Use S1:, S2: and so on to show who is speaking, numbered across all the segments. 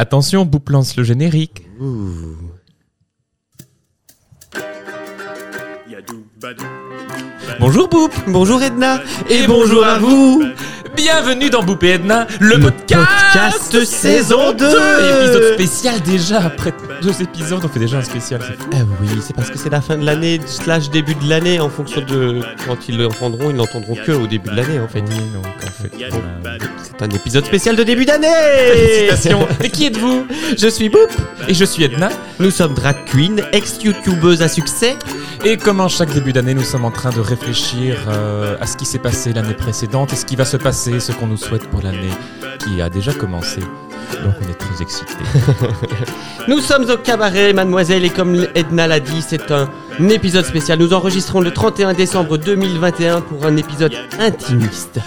S1: Attention, Boup lance le générique. Bonjour Boup
S2: Bonjour Edna
S1: Et bonjour à vous Ah, Bienvenue dans Boup et Edna, le,
S2: Le
S1: podcast,
S2: podcast saison 2.
S1: Épisode spécial déjà, après deux épisodes, on fait déjà un spécial, Ah c'est fou.
S2: Eh oui, c'est parce que c'est la fin de l'année, slash début de l'année, en fonction de quand ils l'entendront, ils l'entendront que au début de l'année en fait.
S1: Oui, donc en fait, on a-
S2: C'est un épisode spécial de début d'année
S1: Félicitations Et qui êtes-vous
S2: Je suis Boop
S1: Et je suis Edna,
S2: Nous sommes drag queen, ex-youtubeuse à succès.
S1: et comme en chaque début d'année, nous sommes en train de réfléchir euh, à ce qui s'est passé l'année précédente, et ce qui va se passer, ce qu'on nous souhaite pour l'année qui a déjà commencé. Donc on est très excités.
S2: Nous sommes au cabaret, mademoiselle, et comme Edna l'a dit, c'est un épisode spécial. Nous enregistrons le 31 décembre 2021 pour un épisode intimiste.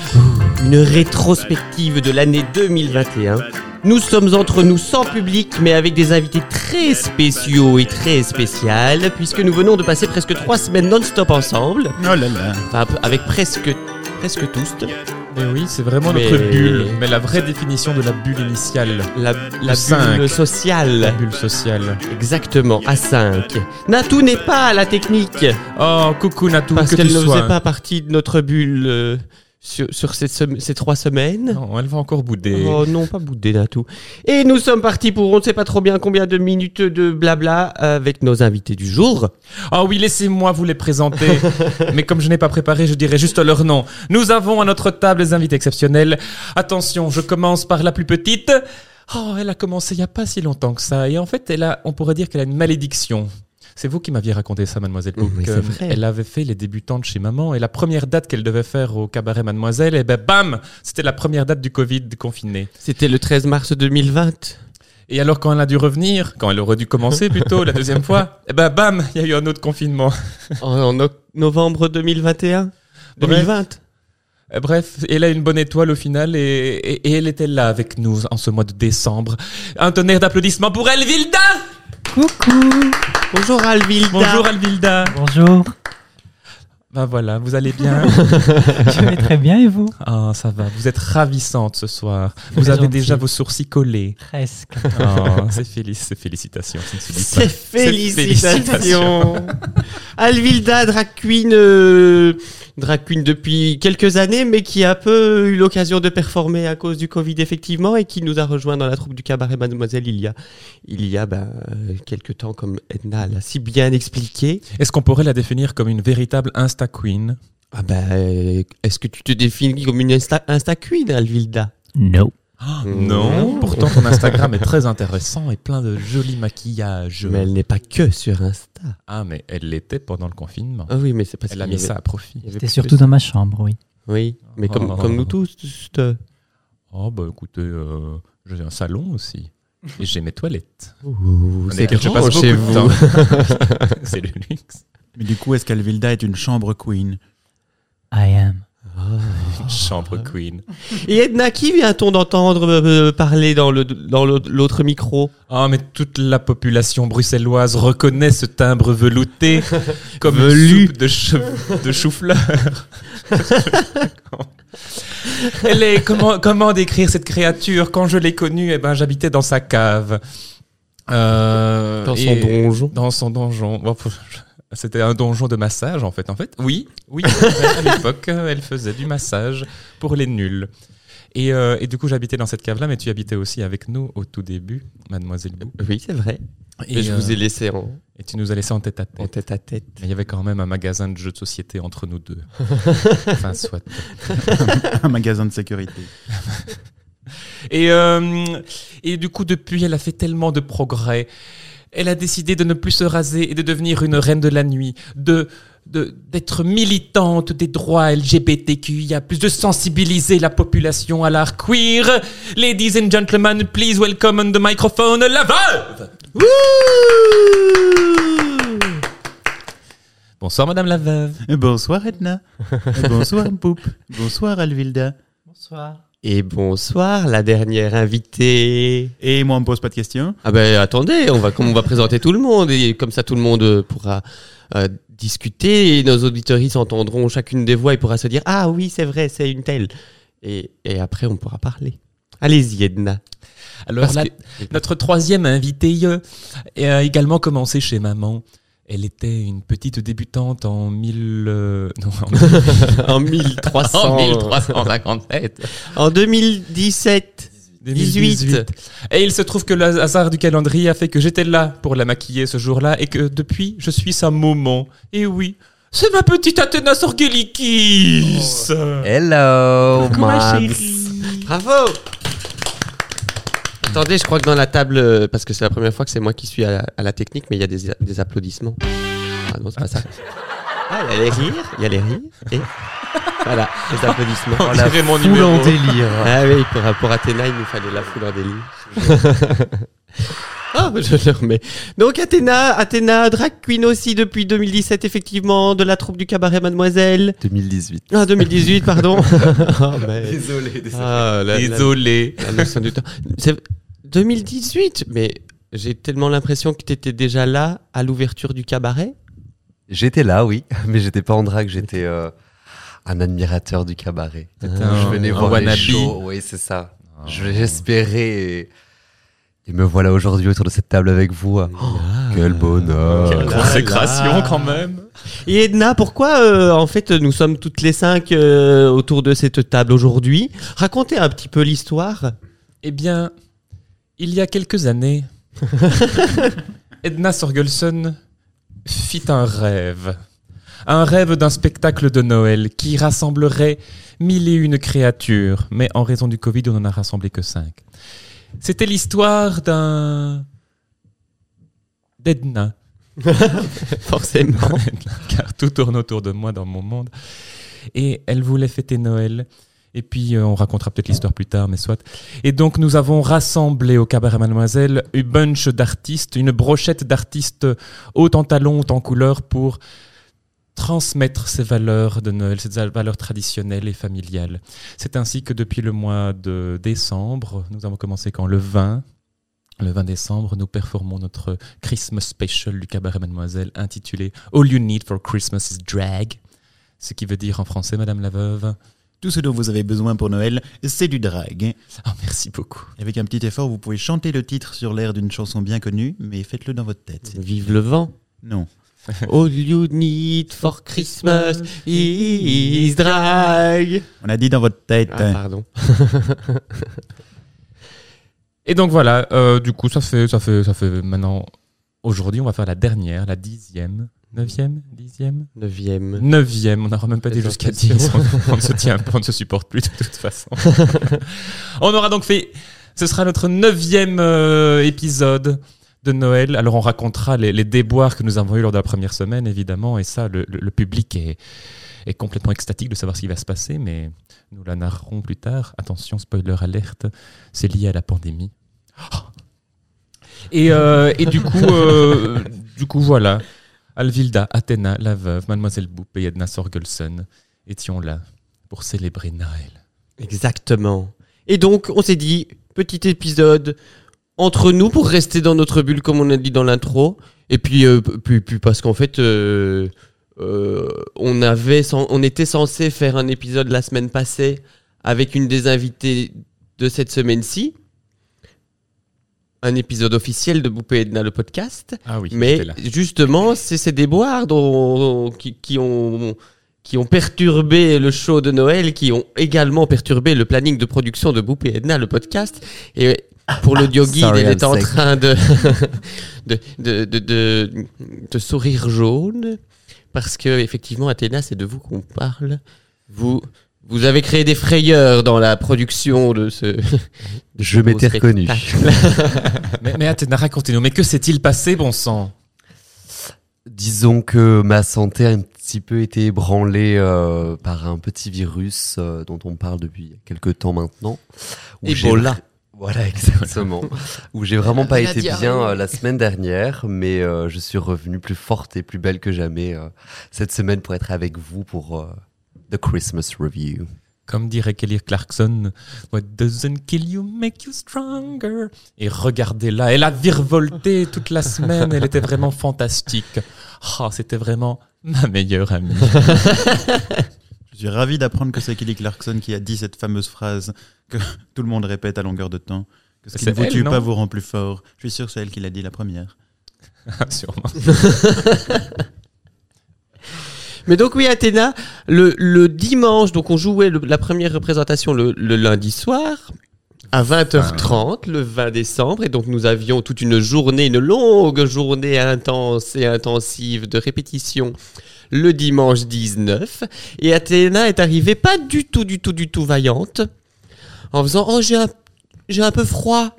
S2: Une rétrospective de l'année 2021. Nous sommes entre nous sans public, mais avec des invités très spéciaux et très spéciales, puisque nous venons de passer presque trois semaines non-stop ensemble.
S3: Oh là là.
S2: Enfin, avec presque, presque tous.
S1: Mais oui, c'est vraiment
S2: Mais-
S1: notre bulle. Mais la vraie définition de la bulle initiale,
S2: La, la
S1: Cinq.
S2: bulle
S1: la
S2: sociale.
S1: bulle sociale.
S2: Exactement, à 5. Natou n'est pas à la technique.
S1: Oh, coucou Natou,
S2: Parce
S1: que
S2: qu'elle
S1: tu
S2: ne
S1: sois.
S2: faisait pas partie de notre bulle euh, sur, sur ces, sem- ces trois semaines.
S1: Non, elle va encore bouder.
S2: Oh non, pas bout de tout. Et nous sommes partis pour on ne sait pas trop bien combien de minutes de blabla avec nos invités du jour.
S1: Oh oui, laissez-moi vous les présenter. Mais comme je n'ai pas préparé, je dirai juste leur nom. Nous avons à notre table des invités exceptionnels. Attention, je commence par la plus petite. Oh, elle a commencé il n'y a pas si longtemps que ça. Et en fait, elle a, on pourrait dire qu'elle a une malédiction. C'est vous qui m'aviez raconté ça, mademoiselle
S2: Oui,
S1: Cook.
S2: c'est
S1: Euh,
S2: vrai.
S1: Elle avait fait les débutantes chez maman. Et la première date qu'elle devait faire au cabaret mademoiselle, et ben bam, c'était la première date du Covid confiné.
S2: C'était le 13 mars 2020.
S1: Et alors quand elle a dû revenir, quand elle aurait dû commencer plutôt la deuxième fois, et ben bam, il y a eu un autre confinement.
S2: en, en oc- novembre 2021.
S1: Bref.
S2: 2020.
S1: Euh, Bref, elle a une bonne étoile au final et, et- et elle était là avec nous en ce mois de décembre. Un tonnerre d'applaudissements pour Elvilda
S2: Bonjour Alvilda.
S1: Bonjour Elvilda
S4: Bonjour,
S1: Ben voilà, vous allez bien
S4: je vais très bien et vous
S1: Ah, ça va, vous êtes ravissante ce soir. Vous
S4: Très
S1: avez
S4: gentil.
S1: déjà vos sourcils collés.
S4: Presque.
S1: Ah, c'est félic- c'est félicitations, ça ne se dit pas.
S2: C'est félicitations. Alvilda, drag queen, euh, drag queen depuis quelques années, mais qui a peu eu l'occasion de performer à cause du Covid, effectivement, et qui nous a rejoint dans la troupe du cabaret Mademoiselle il y a, il y a ben, euh, quelques temps, comme Edna l'a si bien expliqué.
S1: Est-ce qu'on pourrait la définir comme une véritable Insta Queen
S2: Ah ben, euh, est-ce que tu te définis comme une Insta, Insta queen, Alvilda
S4: No.
S2: Non.
S1: Pourtant, ton Instagram est très intéressant et plein de jolis maquillages.
S2: Mais elle n'est pas que sur Insta.
S1: Ah, mais elle l'était pendant le confinement.
S2: Ah oui, mais c'est parce
S1: Elle a
S2: qu'il
S1: mis
S2: y avait-
S1: ça à profit.
S2: il y avait
S4: C'était
S2: plus que
S4: surtout
S2: ça.
S4: dans ma chambre, oui.
S2: Oui, mais comme,
S1: Oh.
S2: comme nous tous. juste, euh,
S1: Oh bah écoutez, euh, j'ai un salon aussi. Et j'ai mes toilettes.
S2: ouh,
S1: On
S2: c'est
S1: est- je
S2: grand
S1: passe
S2: chez
S1: beaucoup
S2: vous.
S1: de temps. C'est le luxe.
S3: Mais du coup, est-ce qu'Alvilda est une chambre queen
S4: I am.
S1: Une chambre queen.
S2: Et Edna, qui vient-on d'entendre euh, euh, parler dans le dans le- l'autre micro
S1: Ah mais toute la population bruxelloise reconnaît ce timbre velouté comme une soupe de, cheveux- de chou-fleur. Elle est, comment, comment décrire cette créature Quand je l'ai connue, eh ben, j'habitais dans sa cave. Euh,
S2: dans son
S1: et-
S2: donjon
S1: Dans son donjon. Bon, faut- C'était un donjon de massage, en fait. En fait, oui, oui. à l'époque, euh, elle faisait du massage pour les nuls. Et, euh, et du coup, j'habitais dans cette cave-là, mais tu habitais aussi avec nous au tout début, Mademoiselle Bou.
S2: Oui, c'est vrai.
S1: Et,
S2: Mais je vous ai
S1: euh,
S2: laissé en,
S1: et tu nous as laissé en tête à tête.
S2: en tête à tête.
S1: Mais il y avait quand même un magasin de jeux de société entre nous deux. enfin, soit.
S3: Un magasin de sécurité.
S1: Et, euh, et du coup, depuis, elle a fait tellement de progrès. Elle a décidé de ne plus se raser et de devenir une reine de la nuit, de de- d'être militante des droits LGBTQIA+, de sensibiliser la population à l'art queer. Ladies and gentlemen, please welcome on the microphone la veuve
S2: Ah
S1: Bonsoir madame la veuve.
S3: Et Bonsoir Edna. Et Bonsoir Poup. Bonsoir Alvilda.
S4: Bonsoir.
S2: Et bonsoir, la dernière invitée.
S3: Et moi, on me pose pas de questions.
S2: Ah ben attendez, on va comme on va présenter tout le monde et comme ça tout le monde euh, pourra euh, discuter et nos auditoristes entendront chacune des voix et pourra se dire ah oui c'est vrai c'est une telle et, et après on pourra parler. Allez-y Edna.
S1: Alors,
S2: Parce
S1: la- notre troisième invitée euh, a également commencé chez maman. Elle était une petite débutante en 1000. euh, non, en-
S2: en 1300.
S1: en 1357.
S2: En 2017.
S1: 2018. Et il se trouve que le hasard du calendrier a fait que j'étais là pour la maquiller ce jour-là et que depuis, je suis sa maman. Et oui, c'est ma petite Athéna Sorgelikis
S2: Hello,
S1: Ma
S2: Max.
S1: chérie.
S2: Bravo Attendez, je crois que dans la table, euh, parce que c'est la première fois que c'est moi qui suis à la, à la technique, mais il y a des, des applaudissements. Ah non, c'est pas ça. Ah, il y a les rires, il y a les rires, et voilà, les applaudissements.
S1: On dirait mon
S4: Foule
S1: numéro.
S4: en délire.
S2: Ah oui, pour, pour Athéna, il nous fallait la foule en délire. Ah, bah, je le remets. Donc Athéna, Athéna, drag queen aussi depuis 2017, effectivement, de la troupe du cabaret Mademoiselle.
S3: 2018.
S2: Ah, 2018, pardon. Ah, mais-
S3: Désolé, désolé.
S2: ah, la- la-
S1: Désolé.
S2: la leçon du temps. C'est 2018, mais j'ai tellement l'impression que tu étais déjà là à l'ouverture du cabaret.
S5: J'étais là, oui, mais j'étais pas en drague, j'étais euh, un admirateur du cabaret.
S1: un-
S5: je venais
S1: un
S5: voir les
S1: wannabe.
S5: shows, oui, c'est ça. Je- J'espérais et, et me voilà aujourd'hui autour de cette table avec vous. Oh, quel bonheur
S1: Quelle
S2: Oh, là
S1: consécration
S2: là.
S1: quand même.
S2: Et Edna, pourquoi euh, en fait nous sommes toutes les cinq euh, autour de cette table aujourd'hui Racontez un petit peu l'histoire.
S1: Eh bien, il y a quelques années, Edna Sorgelson fit un rêve. Un rêve d'un spectacle de Noël qui rassemblerait mille et une créatures. Mais en raison du Covid, on n'en a rassemblé que cinq. C'était l'histoire d'un... d'Edna.
S2: Forcément.
S1: car tout tourne autour de moi dans mon monde. Et elle voulait fêter Noël. Et puis, euh, on racontera peut-être l'histoire plus tard, mais soit. Et donc, nous avons rassemblé au Cabaret Mademoiselle une bunch d'artistes, une brochette d'artistes haut en talons, haut en couleur pour transmettre ces valeurs de Noël, ces valeurs traditionnelles et familiales. C'est ainsi que depuis le mois de décembre, nous avons commencé quand le 20, le 20 décembre, nous performons notre Christmas special du cabaret Mademoiselle intitulé All You Need for Christmas is Drag, ce qui veut dire en français, Madame la Veuve.
S3: Tout ce dont vous avez besoin pour Noël, c'est du drag.
S1: Ah, merci beaucoup.
S3: Avec un petit effort, vous pouvez chanter le titre sur l'air d'une chanson bien connue, mais faites-le dans votre tête.
S2: Vive le vent.
S3: Non.
S2: All you need for Christmas is drag.
S3: On a dit dans votre tête.
S2: Ah, pardon.
S1: Et donc voilà, euh, du coup, ça fait, ça fait, ça fait maintenant. Aujourd'hui, on va faire la dernière, la dixième, neuvième, dixième,
S2: Neuvième.
S1: neuvième. On n'aura même pas dit
S2: Les
S1: jusqu'à
S2: impressions.
S1: dix. On, on ne se tient, on ne se supporte plus de toute façon. on aura donc fait. Ce sera notre neuvième euh, épisode de Noël. Alors, on racontera les, les déboires que nous avons eus lors de la première semaine, évidemment. Et ça, le, le- le public est, est complètement extatique de savoir ce qui va se passer. Mais nous la narrerons plus tard. Attention, spoiler alerte, c'est lié à la pandémie. Oh. Et, euh, et du coup, euh, du coup, voilà. Alvilda, Athéna, la veuve, Mademoiselle Boupe et Edna Sorgelson étions là pour célébrer Noël.
S2: Exactement. Et donc, on s'est dit, petit épisode entre nous pour rester dans notre bulle, comme on a dit dans l'intro. Et puis, euh, p- puis, puis parce qu'en fait, euh, euh, on, avait, sen- on était censé faire un épisode la semaine passée avec une des invitées de cette semaine-ci. Un épisode officiel de Boupé Edna, le podcast.
S1: Ah oui,
S2: Mais justement, c'est ces déboires dont- qui, qui ont, qui ont perturbé le show de Noël, qui ont également perturbé le planning de production de Boop et Edna, le podcast. Et pour le Dioguide,
S5: Sorry,
S2: elle est
S5: I'm
S2: en
S5: sick.
S2: train de, de, de, de, de- de sourire jaune, parce que effectivement, Athéna, c'est de vous qu'on parle. Vous, vous avez créé des frayeurs dans la production de ce.
S5: Je m'étais
S2: beau
S5: reconnu.
S2: spectacle.
S1: mais, mais Athéna, racontez-nous, mais que s'est-il passé, bon sang
S5: Disons que ma santé a un petit peu été ébranlée euh, par un petit virus euh, dont on parle depuis quelques temps maintenant. où j'ai-
S2: Ebola.
S5: Voilà, exactement. où j'ai vraiment pas
S2: La
S5: été
S2: diarrhée.
S5: bien euh, la semaine dernière, mais euh, je suis revenue plus forte et plus belle que jamais euh, cette semaine pour être avec vous pour euh, The Christmas Review.
S1: Comme dirait Kelly Clarkson, What doesn't kill you make you stronger. Et regardez-la, elle a virevolté toute la semaine, elle était vraiment fantastique. Ah, c'était vraiment ma meilleure amie.
S3: Je suis ravi d'apprendre que c'est Kelly Clarkson qui a dit cette fameuse phrase que tout le monde répète à longueur de temps. Que ce qui
S1: C'est
S3: ne vous
S1: elle,
S3: tue
S1: non
S3: pas vous rend plus fort. Je suis sûr que c'est elle qui l'a dit la première.
S1: hein, Sûrement.
S2: Mais donc oui, Athéna, le, le dimanche, donc on jouait le- la première représentation le, le lundi soir à 20h30 le 20 décembre et donc nous avions toute une journée, une longue journée intense et intensive de répétition le dimanche 19 et Athéna est arrivée pas du tout du tout du tout vaillante en faisant oh j'ai un j'ai un peu froid.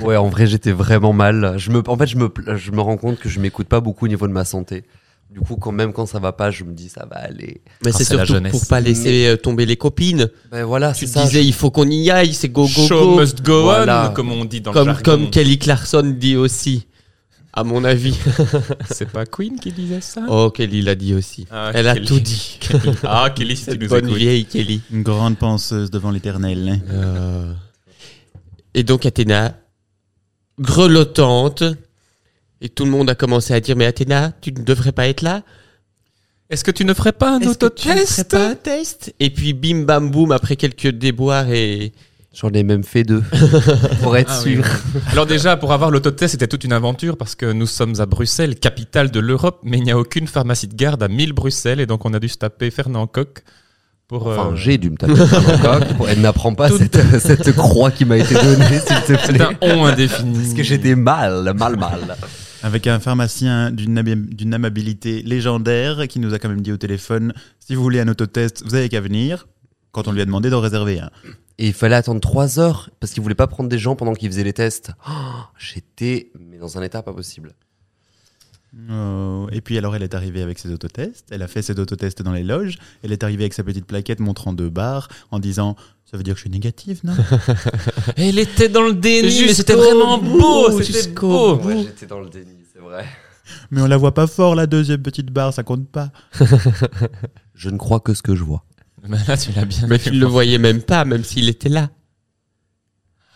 S5: Ouais, en vrai, j'étais vraiment mal. Je me, en fait, je me, pla- je me rends compte que je m'écoute pas beaucoup au niveau de ma santé. Du coup, quand même, quand ça va pas, je me dis ça va aller.
S2: Mais
S1: Ah,
S2: c'est
S1: c'est la
S2: surtout
S1: jeunesse. Ah,
S2: pour pas laisser euh, tomber les copines.
S5: Ben voilà,
S2: Tu
S5: c'est
S2: te
S5: ça.
S2: disais il faut qu'on y aille, c'est go go
S1: Show
S2: go.
S1: must go
S5: Voilà.
S1: on, comme on dit dans le
S2: comme,
S1: jargon.
S2: comme Kelly Clarkson dit aussi, à mon avis.
S1: C'est pas Queen qui disait ça
S2: Oh, Kelly l'a dit aussi.
S1: Ah,
S2: Elle a
S1: Kelly.
S2: tout dit.
S1: Ah, Kelly, si tu
S2: Cette
S1: nous
S2: bonne
S1: écoutes.
S2: vieille Kelly. Euh,
S3: Une grande penseuse devant l'éternel.
S2: Et donc Athéna, grelottante, et tout le monde a commencé à dire, mais Athéna, tu ne devrais pas être là.
S1: Est-ce que tu ne ferais pas un
S2: Est-ce que tu ne ferais
S1: autotest
S2: pas un test Et puis bim bam boum, après quelques déboires et...
S5: J'en ai même fait deux. pour être
S1: Ah oui,
S5: sûr.
S1: oui. Alors déjà, pour avoir l'autotest, c'était toute une aventure parce que nous sommes à Bruxelles, capitale de l'Europe, mais il n'y a aucune pharmacie de garde à 1000 Bruxelles et donc on a dû se taper Fernand Coq pour... euh,
S5: Enfin, j'ai dû me taper sur le coq. Pour- Elle n'apprend pas
S1: Tout-
S5: cette, cette croix qui m'a été donnée, s'il te
S1: C'est un
S5: plaît.
S1: on indéfini.
S5: Parce que j'étais mal, mal, mal.
S3: Avec un pharmacien d'une hab- d'une amabilité légendaire qui nous a quand même dit au téléphone si vous voulez un autotest, vous avez qu'à venir. Quand on lui a demandé d'en réserver un.
S5: Et il fallait attendre trois heures parce qu'ils voulaient pas prendre des gens pendant qu'ils faisaient les tests. Oh, J'étais mais dans un état pas possible.
S3: Oh, Et puis alors elle est arrivée avec ses autotests, elle a fait ses autotests dans les loges, elle est arrivée avec sa petite plaquette montrant deux barres en disant ça veut dire que je suis négative, non
S1: Elle était dans le déni, mais
S2: Jusqu'au
S1: c'était vraiment beau,
S2: bout,
S1: c'était
S2: jusqu'au
S1: beau.
S5: Ouais, j'étais dans le déni, c'est vrai.
S3: Mais on la voit pas fort la deuxième petite barre, ça compte pas.
S5: Je ne crois que ce que je vois.
S1: Mais Bah là, tu l'as bien
S2: Mais
S1: fait.
S2: tu ne le voyais même pas, même s'il était là.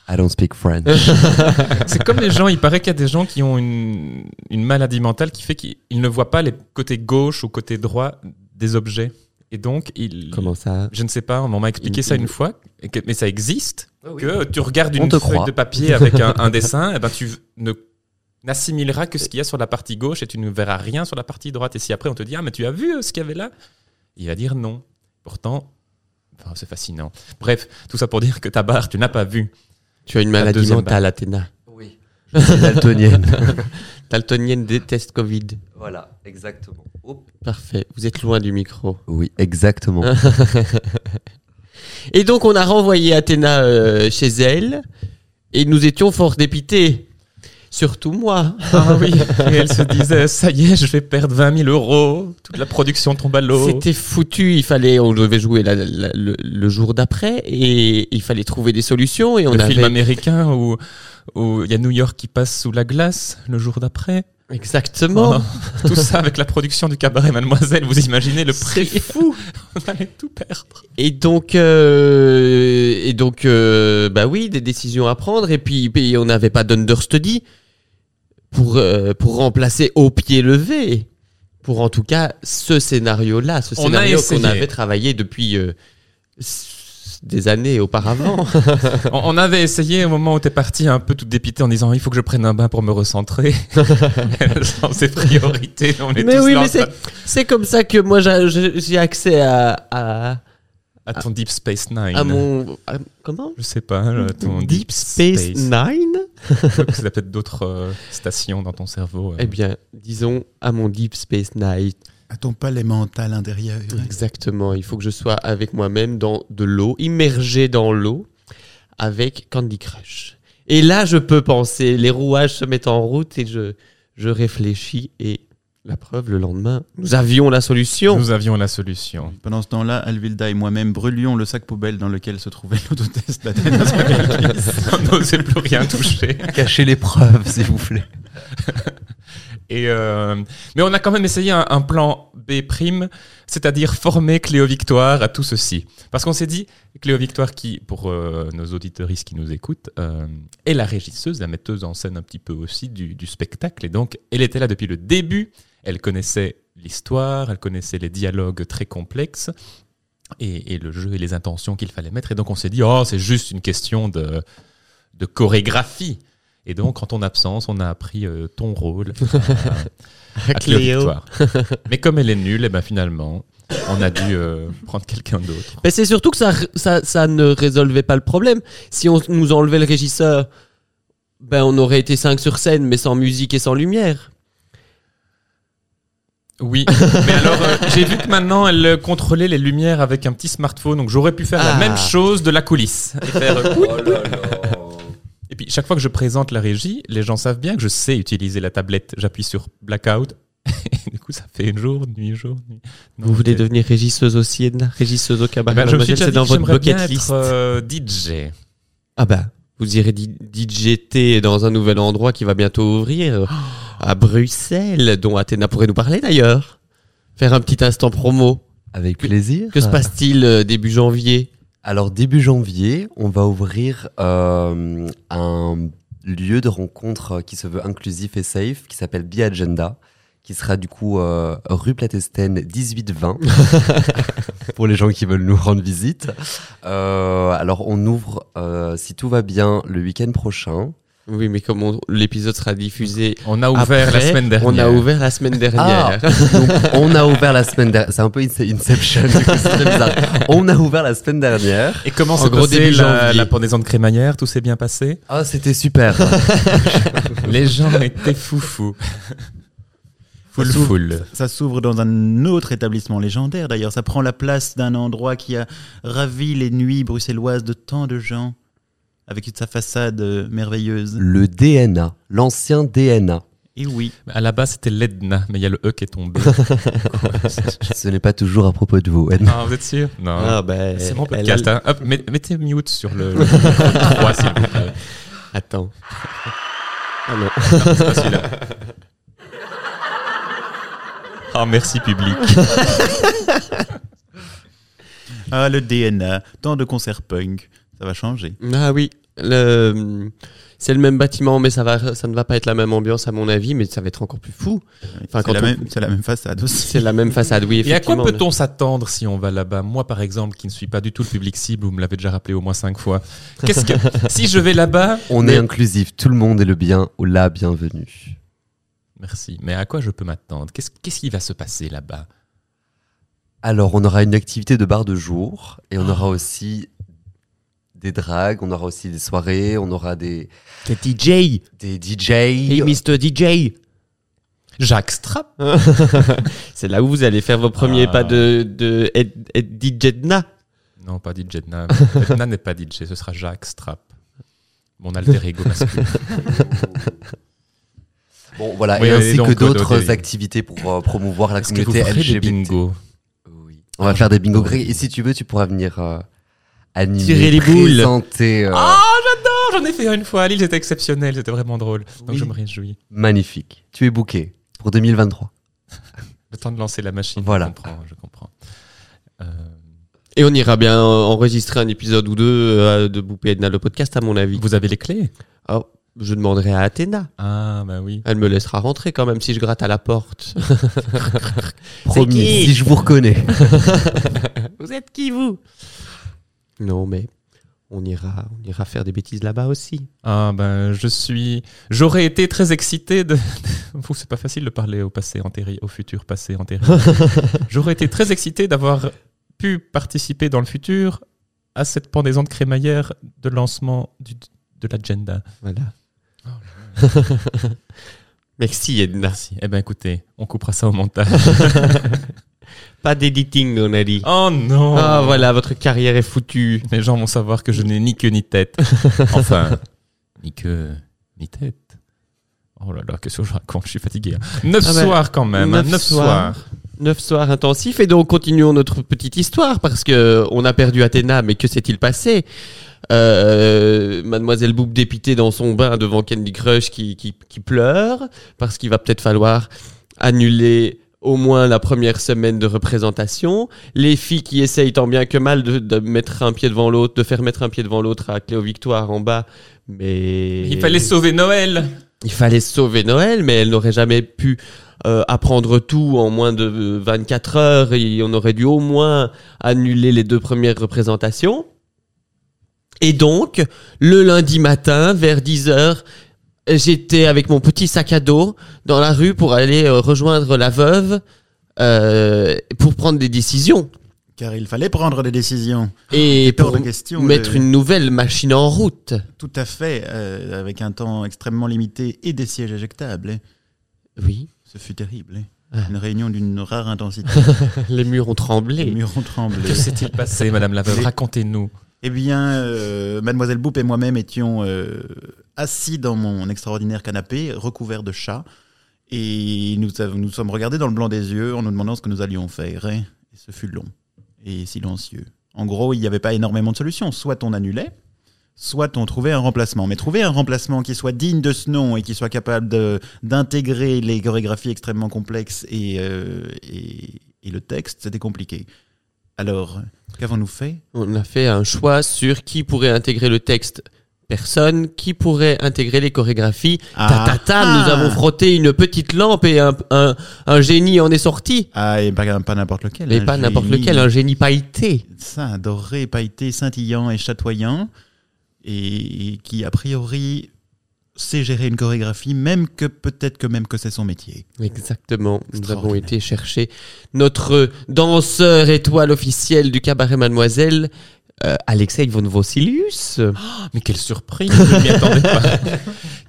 S5: I don't speak French.
S1: C'est comme les gens, il paraît qu'il y a des gens qui ont une, une maladie mentale qui fait qu'ils ils ne voient pas les côtés gauche ou côté droit des objets. Et donc, ils...
S2: Comment ça
S1: Je ne sais pas, on m'a expliqué
S2: Ils-
S1: ça une
S2: ils-
S1: fois, et que- mais ça existe.
S5: Ah oui.
S1: que tu regardes
S5: On
S1: une
S5: te
S1: feuille
S5: croit.
S1: de papier avec un, un dessin, et ben tu ne n'assimileras que ce qu'il y a sur la partie gauche et tu ne verras rien sur la partie droite. Et si après on te dit ah mais tu as vu euh, ce qu'il y avait là, il va dire non. Pourtant, enfin, c'est fascinant. Bref, tout ça pour dire que ta barre tu n'as pas vu.
S2: Tu as une
S1: La
S2: maladie
S1: deuxième
S2: mentale, Athéna.
S5: Oui. Je suis daltonienne.
S2: Daltonienne déteste Covid.
S5: voilà, exactement. Oh.
S2: Parfait, vous êtes loin du micro.
S5: Oui, exactement.
S2: Et donc on a renvoyé Athéna euh, chez elle et nous étions fort dépités. Surtout moi.
S1: Ah oui. Et elle se disait ça y est, je vais perdre 20 000 euros. Toute la production tombe à l'eau.
S2: C'était foutu, il fallait, on devait jouer la- la- la- le, le jour d'après et il fallait trouver des solutions et on
S1: Le
S2: avait
S1: film américain où où il y a New York qui passe sous la glace le jour d'après.
S2: exactement.
S1: Ah. Tout ça avec la production du cabaret Mademoiselle, vous imaginez le
S2: C'est
S1: prix
S2: fou.
S1: On allait tout perdre.
S2: Et donc, euh, et donc, euh, bah oui, des décisions à prendre. Et puis, puis on n'avait pas d'understudy pour euh, pour remplacer au pied levé. Pour en tout cas ce scénario-là, ce
S1: On a
S2: scénario qu'on
S1: essayé.
S2: avait travaillé depuis euh, s- des années auparavant.
S1: On, on avait essayé au moment où t'es parti un peu tout dépité en disant il faut que je prenne un bain pour me recentrer. Sans ses priorités, on est
S2: mais
S1: tous
S2: oui,
S1: là
S2: mais
S1: en train
S2: c'est c'est comme ça que moi j'a- j'ai j'ai accès à à,
S1: de- à ton Deep Space Nine.
S2: à Ah, mon à- comment
S1: Je sais pas, là, ton
S2: Deep, Space, Nine.
S1: C'est peut-être d'autres euh, stations dans ton cerveau. euh.
S2: Eh bien, disons à mon Deep Space Nine.
S3: À ton palais mental intérieur.
S1: Mmh.
S2: Exactement, il faut que je sois avec moi-même dans de l'eau, immergé dans l'eau, avec Candy Crush. Et là, je peux penser, les rouages se mettent en route et je, je réfléchis. Et la preuve, le lendemain, nous avions la solution.
S1: Nous avions la solution.
S3: Pendant ce temps-là, Alvilda et moi-même brûlions le sac poubelle dans lequel se trouvait l'autotest d'Athéna.
S1: on n'osait plus rien toucher.
S5: Cachez les preuves, s'il vous plaît.
S1: Et euh, mais on a quand même essayé un, un plan B prime, c'est-à-dire former Cléo Victoire à tout ceci. Parce qu'on s'est dit, Cléo Victoire qui, pour euh, nos auditeuristes qui nous écoutent, euh, est la régisseuse, la metteuse en scène un petit peu aussi du, du spectacle. Et donc, elle était là depuis le début. Elle connaissait l'histoire, elle connaissait les dialogues très complexes. Et, et le jeu et les intentions qu'il fallait mettre. Et donc on s'est dit, oh, c'est juste une question de, de chorégraphie. Et donc, en ton absence, on a appris euh, ton rôle euh, à, à Cléo
S2: Cléo.
S1: Victoire. Mais comme elle est nulle, eh ben, finalement, on a dû euh, prendre quelqu'un d'autre.
S2: Mais c'est surtout que ça, ça, ça ne résolvait pas le problème. Si on nous enlevait le régisseur, ben on aurait été 5 sur scène, mais sans musique et sans lumière.
S1: Oui, mais alors euh, j'ai vu que maintenant elle euh, contrôlait les lumières avec un petit smartphone, donc j'aurais pu faire la
S2: Ah.
S1: même chose de la coulisse. Et, faire, euh, pouit, pouit. Et puis chaque fois que je présente la régie, les gens savent bien que je sais utiliser la tablette. J'appuie sur blackout. Et du coup, ça fait une jour, nuit, jour, nuit. Non,
S2: Vous voulez
S1: ok.
S2: devenir régisseuse aussi, Edna Régisseuse au
S1: Eh
S2: cabaret
S1: ben, je me suis
S2: Mademoiselle,
S1: déjà
S2: c'est
S1: dit
S2: dans
S1: que
S2: votre
S1: j'aimerais
S2: bucket
S1: bien
S2: list.
S1: être euh, DJ.
S2: Ah bah, vous irez di- DJT dans un nouvel endroit qui va bientôt ouvrir, à Bruxelles, dont Athéna pourrait nous parler d'ailleurs. Faire un petit instant promo.
S5: Avec plaisir.
S2: Que se passe-t-il euh, début janvier
S5: Alors début janvier, on va ouvrir euh, un lieu de rencontre qui se veut inclusif et safe, qui s'appelle Bi Agenda, qui sera du coup euh, rue Platesten 1820 pour les gens qui veulent nous rendre visite. Euh, alors on ouvre, euh, si tout va bien, le week-end prochain.
S2: Oui, mais comme on- l'épisode sera diffusé
S1: On a ouvert
S2: après,
S1: la semaine dernière.
S2: On a ouvert la semaine
S5: Ah.
S2: dernière.
S5: Donc, on a ouvert la semaine dernière. C'est un peu Ince- Inception. du coup, c'est très bizarre. On a ouvert la semaine dernière.
S1: Et comment
S2: En
S1: s'est
S2: gros,
S1: passée
S2: début
S1: la,
S2: janvier.
S1: la pendaison de crémaillère Tout s'est bien passé
S5: Ah, c'était super.
S1: Les gens étaient foufou. Full
S3: Ça s'ouvre-
S1: full.
S3: Ça s'ouvre dans un autre établissement légendaire d'ailleurs. Ça prend la place d'un endroit qui a ravi les nuits bruxelloises de tant de gens, avec toute sa façade euh, merveilleuse.
S5: Le DNA, l'ancien DNA.
S3: Et oui,
S1: À la base, c'était l'Edna, mais il y a le E qui est tombé.
S5: Ce n'est pas toujours à propos de vous. Edna.
S1: ah, vous êtes sûr Non.
S2: ben,
S1: c'est mon
S2: elle a-
S1: podcast. hein. Hop, met- mettez mute sur le, le 3, s'il vous plaît.
S2: Attends. Ah non.
S1: C'est pas celui-là. Ah, merci public.
S3: ah, le DNA, tant de concerts punk, ça va changer.
S2: Ah oui, le- c'est le même bâtiment, mais ça, va, ça ne va pas être la même ambiance à mon avis, mais ça va être encore plus fou. Enfin, quand
S3: c'est, la
S2: on-
S3: même, c'est la même façade aussi.
S2: C'est la même façade, oui.
S1: Et à quoi
S2: effectivement.
S1: peut-on s'attendre si on va là-bas Moi, par exemple, qui ne suis pas du tout le public cible, vous me l'avez déjà rappelé au moins cinq fois. Qu'est-ce que si je vais là-bas
S5: On
S1: Mais-
S5: est inclusif, tout le monde est le bien ou la bienvenue.
S1: Merci. Mais à quoi je peux m'attendre Qu'est-ce qu'est-ce qui va se passer là-bas
S5: Alors, on aura une activité de bar de jour et on aura aussi des dragues, on aura aussi des soirées, on aura des,
S2: C'est DJ.
S5: des
S2: Hey,
S5: DJ.
S2: Mr. DJ.
S1: Jacques Strapp
S2: C'est là où vous allez faire vos premiers
S1: Ah.
S2: pas de, de, Ed- Ed- DJ Dna.
S1: Non, pas DJ Edna. Edna n'est pas DJ, ce sera Jacques Strapp. Mon alter ego masculin.
S5: Bon, voilà,
S1: Oui,
S5: et
S1: oui,
S5: ainsi
S1: donc,
S5: que
S1: d'autres
S5: d'autres
S1: délires.
S5: activités pour euh, promouvoir la
S1: Est-ce que vous
S5: communauté
S1: ferez des
S5: LGBT.
S1: bingos
S5: Oui. On va faire des bingo Greg. Et si tu veux, tu pourras venir euh, animer,
S2: Tirer les boules.
S5: présenter. euh,
S1: Oh, j'en ai fait une fois à Lille, c'était exceptionnel, c'était vraiment drôle. Donc
S5: Oui.
S1: je me réjouis.
S5: Magnifique. Tu es booké pour 2023.
S1: Le temps de lancer la machine.
S5: Voilà.
S1: Je comprends, je comprends. Euh,
S2: Et on ira bien enregistrer un épisode ou deux euh, de Boupé Edna, le podcast, à mon avis.
S1: vous avez les clés
S2: Oh, je demanderai à Athéna.
S1: Ah, bah oui.
S2: Elle me laissera rentrer quand même si je gratte à la porte.
S5: Promis,
S2: qui
S5: si je vous reconnais.
S2: Vous êtes qui, vous Non, mais on ira, on ira faire des bêtises là-bas aussi.
S1: Ah, ben je suis. J'aurais été très excité de. Vous, c'est pas facile de parler au passé antérieur, au futur passé antérieur. J'aurais été très excité d'avoir pu participer dans le futur à cette pendaison de crémaillère de lancement du- de l'agenda.
S2: Voilà. Merci, Edna.
S1: Merci. Eh ben écoutez, on coupera ça au montage.
S2: Pas d'editing, on a dit.
S1: Oh non
S2: Ah, voilà, votre carrière est foutue.
S1: Les gens vont savoir que je n'ai ni queue ni tête. Enfin, ni queue ni tête. Oh là là, qu'est-ce que je raconte Je suis fatigué. hein. Neuf
S2: Ah bah,
S1: soirs quand même. hein, Neuf,
S2: neuf
S1: soirs.
S2: Neuf soirs intensifs et donc continuons notre petite histoire parce que on a perdu Athéna, mais que s'est-il passé Euh, Mademoiselle Boub dépitée dans son bain devant Candy Crush qui, qui, qui pleure parce qu'il va peut-être falloir annuler au moins la première semaine de représentation. Les filles qui essayent tant bien que mal de, de mettre un pied devant l'autre, de faire mettre un pied devant l'autre à Cléo Victoire en bas, mais
S1: Il fallait sauver Noël.
S2: il fallait sauver Noël, mais elle n'aurait jamais pu euh, apprendre tout en moins de euh, 24 heures. Et on aurait dû au moins annuler les deux premières représentations. Et donc, le lundi matin, vers 10h, j'étais avec mon petit sac à dos dans la rue pour aller euh, rejoindre la veuve euh, pour prendre des décisions.
S3: Car il fallait prendre des décisions.
S2: Et
S3: Hors
S2: pour
S3: de question.
S2: mettre
S3: de-
S2: une nouvelle machine en route.
S3: Tout à fait, euh, avec un temps extrêmement limité et des sièges éjectables. eh.
S2: Oui,
S3: Ce fut terrible. eh.
S2: Ah.
S3: Une réunion d'une rare intensité.
S2: les murs ont tremblé.
S3: Les murs ont tremblé.
S1: Que s'est-il passé, Madame la veuve Racontez-nous.
S3: Eh bien, euh, Mademoiselle Boupe et moi-même étions euh, assis dans mon extraordinaire canapé, recouvert de chats, et nous avons- nous sommes regardés dans le blanc des yeux en nous demandant ce que nous allions faire. Et et ce fut long et silencieux. En gros, il n'y avait pas énormément de solutions. Soit on annulait, soit on trouvait un remplacement. Mais trouver un remplacement qui soit digne de ce nom et qui soit capable de- d'intégrer les chorégraphies extrêmement complexes et, euh, et- et le texte, c'était compliqué. Alors, qu'avons-nous fait
S2: On a fait un choix sur qui pourrait intégrer le texte. Personne qui pourrait intégrer les chorégraphies. Ta, ta, ta,
S3: Ah.
S2: nous avons frotté une petite lampe et un, un, un génie en est sorti.
S3: Ah, et pas, pas n'importe lequel. hein,
S2: Mais
S3: un
S2: pas n'importe
S3: génie.
S2: lequel, hein. un génie pailleté.
S3: Ça, doré, pailleté, scintillant et chatoyant, et, et qui, a priori, sait gérer une chorégraphie, même que peut-être que même que c'est son métier.
S2: Exactement. Nous avons
S3: Extraordinaire.
S2: été chercher notre danseur étoile officiel du cabaret Mademoiselle, euh, Alexei von Vossilius.
S3: Ah,
S1: Mais quelle surprise Je ne m'y attendais pas.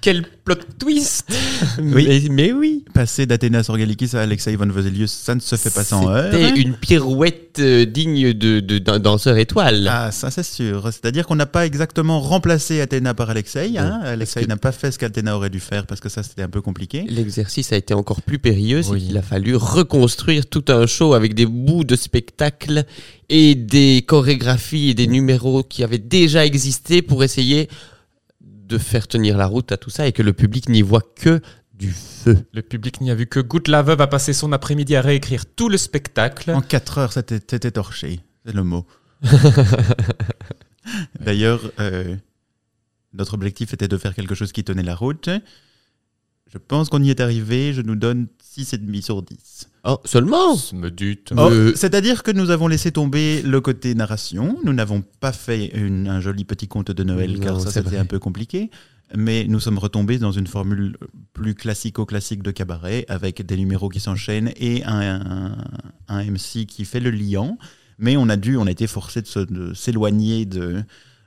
S1: Quel plot twist
S3: Oui.
S2: Mais, mais oui.
S3: Passer d'Athénas Orgalikis à Alexei von Veselius, ça ne se fait pas sans heurts.
S2: C'était une pirouette euh, digne de, de- d'un danseur étoile.
S3: Ah, ça c'est sûr. C'est-à-dire qu'on n'a pas exactement remplacé Athéna par Alexei. hein. Alexei
S2: que-
S3: n'a pas fait ce qu'Athéna aurait dû faire parce que ça c'était un peu compliqué.
S2: L'exercice a été encore plus périlleux, c'est
S1: Oui.
S2: qu'il a fallu reconstruire tout un show avec des bouts de spectacle et des chorégraphies et des numéros qui avaient déjà existé pour essayer de faire tenir la route à tout ça et que le public n'y voit que du feu.
S1: Le public n'y a vu que Goutte la veuve a passé son après-midi à réécrire tout le spectacle.
S3: En 4 heures, c'était c'était torché. C'est le mot. D'ailleurs, euh, notre objectif était de faire quelque chose qui tenait la route. Je pense qu'on y est arrivé. Je nous donne 6,5 sur 10.
S2: Oh, seulement
S1: Me dites.
S3: Oh,
S2: Euh,
S3: C'est-à-dire que nous avons laissé tomber le côté narration. Nous n'avons pas fait une- un joli petit conte de Noël,
S2: Non,
S3: car ça,
S2: c'est
S3: c'était
S2: vrai.
S3: un peu compliqué. Mais nous sommes retombés dans une formule plus classico-classique de cabaret, avec des numéros qui s'enchaînent et un, un- un MC qui fait le liant. Mais on a dû, on a été forcé de se- de s'éloigner de,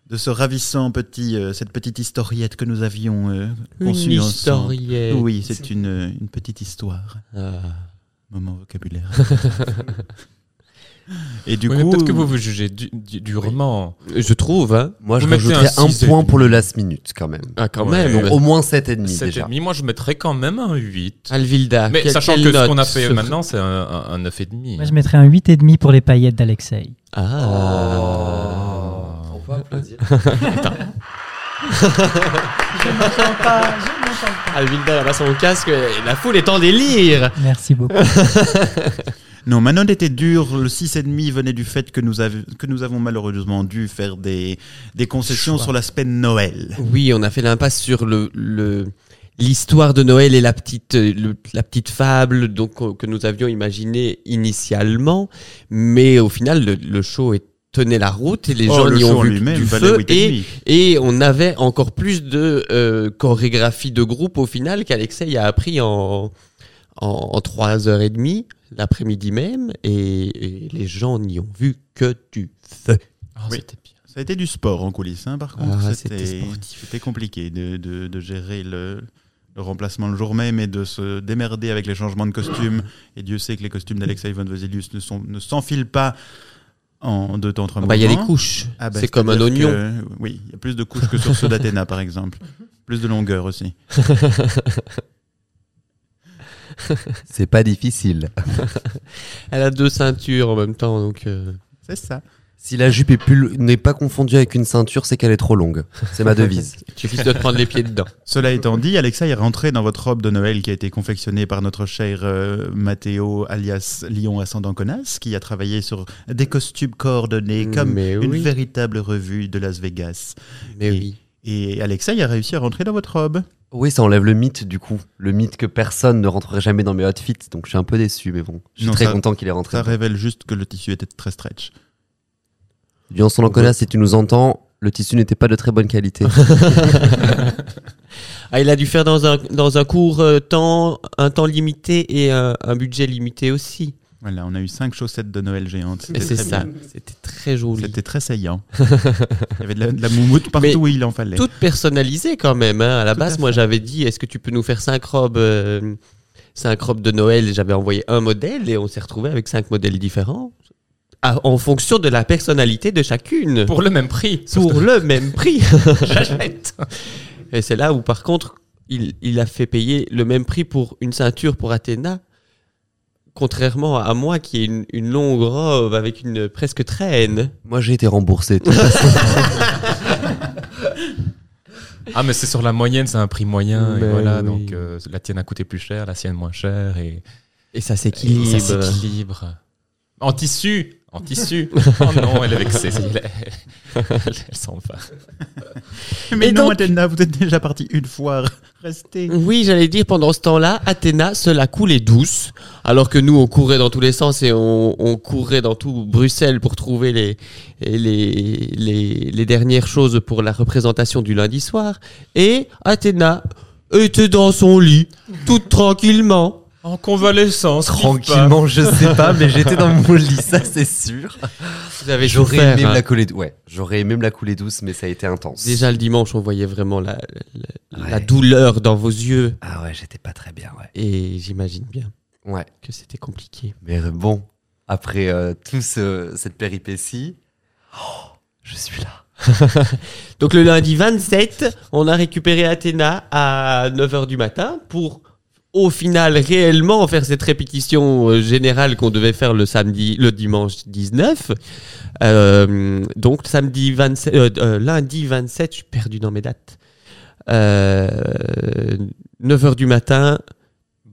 S3: de ce ravissant petit, euh, cette petite historiette que nous avions euh, conçue
S2: Une
S3: ensemble.
S2: historiette.
S3: Oui, c'est une, une petite histoire.
S2: Ah.
S3: Moment vocabulaire. Et du
S1: Oui, mais
S3: coup, euh,
S1: Peut-être que vous vous jugez du, du- durement.
S2: Je trouve, hein.
S5: Moi, je
S1: Vous mettez
S5: rajouterais
S1: un
S5: un,
S1: six et
S5: point
S1: demi.
S5: pour le last minute quand même.
S2: Ah, quand
S1: Ouais.
S2: même.
S1: Donc,
S5: Au moins 7,5
S1: Sept et
S5: déjà.
S1: demi, moi je mettrais quand même un 8.
S2: Alvilda.
S1: Mais
S2: Ah, quelle-
S1: sachant
S2: quelle
S1: que ce
S2: note
S1: qu'on a fait
S2: sur-
S1: maintenant, c'est un, un, un 9,5.
S4: Moi, je mettrais un 8,5 pour les paillettes d'Alexei.
S2: Ah.
S1: Oh.
S2: Alvilda, Ah, elle a son casque et la foule est en délire.
S4: Merci beaucoup.
S3: non, Manon était dur. Le 6,5 venait du fait que nous, av- que nous avons malheureusement dû faire des, des concessions
S2: Choix.
S3: sur l'aspect de Noël.
S2: Oui, on a fait l'impasse sur le, le- l'histoire de Noël et la petite, euh, le- la petite fable donc, euh, que nous avions imaginée initialement. Mais au final, le, le show est- tenait la route et les gens
S3: Oh, le
S2: y
S3: show
S2: ont
S3: en
S2: vu
S3: lui-même
S2: du
S3: valait
S2: feu
S3: huit et
S2: et,
S3: demi.
S2: et on avait encore plus de euh, chorégraphie de groupe au final qu'Alexei a appris en, en, en 3h30 l'après-midi même et, et les gens n'y ont vu que du feu.
S1: Oh,
S3: Oui.
S1: c'était bien.
S3: Ça a été du sport en coulisses, hein, par contre.
S2: Ah,
S3: c'était,
S2: c'était sportif.
S3: c'était compliqué de, de- de gérer le, le remplacement le jour même et de se démerder avec les changements de costumes. Et Dieu sait que les costumes d'Alexei von Veselius ne, sont, ne s'enfilent pas en deux temps trois
S2: Ah bah, Il y a des
S3: mouvements.
S2: couches,
S3: Ah bah,
S2: c'est comme un
S3: c'est-à-dire
S2: oignon.
S3: que- oui, il y a plus de couches que sur ceux d'Athéna, par exemple. Plus de longueur aussi.
S5: C'est pas difficile.
S2: Elle a deux ceintures en même temps, donc. euh,
S3: C'est ça.
S5: Si la jupe est plus- n'est pas confondue avec une ceinture, c'est qu'elle est trop longue. C'est ma devise.
S2: Tu risques de te prendre les pieds dedans.
S3: Cela étant dit, Alexa est rentré dans votre robe de Noël qui a été confectionnée par notre cher euh, Matteo, alias Lyon Ascendant Conas, qui a travaillé sur des costumes coordonnés comme
S2: Mm, Mais
S3: une
S2: oui.
S3: véritable revue de Las Vegas.
S2: Mais
S3: Et-
S2: oui.
S3: Et Alexa a réussi à rentrer dans votre robe.
S5: Oui, ça enlève le mythe du coup. Le mythe que personne ne rentrerait jamais dans mes outfits. Donc je suis un peu déçu, mais bon. Je suis
S3: Non,
S5: très
S3: ça-
S5: content qu'il est rentré.
S3: Ça révèle juste que le tissu était très stretch.
S5: Lyon Solanconas, si tu nous entends, le tissu n'était pas de très bonne qualité.
S2: Ah, il a dû faire dans un, dans un court euh, temps, un temps limité et un, un budget limité aussi.
S3: Voilà, on a eu cinq chaussettes de Noël géantes.
S2: Et c'est
S3: C'était très
S2: ça,
S3: bien.
S2: c'était très joli.
S3: C'était très saillant. il y avait de la, de la moumoute partout
S2: Mais
S3: où il en fallait.
S2: Toute personnalisée quand même. hein. À la
S3: Tout à
S2: base,
S3: fait.
S2: moi j'avais dit, est-ce que tu peux nous faire cinq robes, euh, cinq robes de Noël Et J'avais envoyé un modèle et on s'est retrouvé avec cinq modèles différents, Ah, en fonction de la personnalité de chacune,
S1: Pour le même prix.
S2: pour, le même prix.
S1: J'achète.
S2: Et c'est là où par contre, il, il a fait payer le même prix pour une ceinture pour Athéna. Contrairement à moi qui ai une, une longue robe avec une presque traîne.
S5: Moi, j'ai été remboursé.
S1: Ah, mais c'est sur la moyenne, c'est un prix moyen.
S2: Ben
S1: et voilà,
S2: oui.
S1: donc euh, la tienne a coûté plus cher, la sienne moins chère. Et,
S2: Et ça
S1: et
S2: s'équilibre.
S1: ça s'équilibre. En tissu En tissu Oh non, elle est vexée. ça y est, Elle, elle- elle s'en va.
S3: Mais
S2: Et
S3: non,
S2: donc-
S3: Athéna, vous êtes déjà parti une fois. Restez.
S2: Oui, j'allais dire, pendant ce temps-là, Athéna, cela coulait douce, alors que nous, on courait dans tous les sens et on, on courait dans tout Bruxelles pour trouver les, et les, les, les dernières choses pour la représentation du lundi soir. Et Athéna était dans son lit, toute tranquillement.
S1: En convalescence.
S5: Tranquillement, je sais pas, mais j'étais dans mon lit, ça c'est sûr.
S1: Ah,
S2: Vous avez
S5: J'aurais
S2: souffert,
S5: aimé
S2: hein.
S5: me la couler douce. Ouais, j'aurais aimé me la couler douce, mais ça a été intense.
S2: Déjà le dimanche, on voyait vraiment la, la, la
S5: Ouais.
S2: douleur dans vos yeux.
S5: Ah ouais, j'étais pas très bien, ouais.
S2: Et j'imagine bien
S5: Ouais.
S2: que c'était compliqué.
S5: Mais euh, bon, après euh, tout ce- cette péripétie, oh, je suis là.
S2: Donc le lundi 27, on a récupéré Athéna à 9h du matin pour au final réellement faire cette répétition euh, générale qu'on devait faire le samedi le dimanche 19. Euh, donc samedi 27 euh, euh, lundi 27, je suis perdu dans mes dates. Euh, 9h du matin,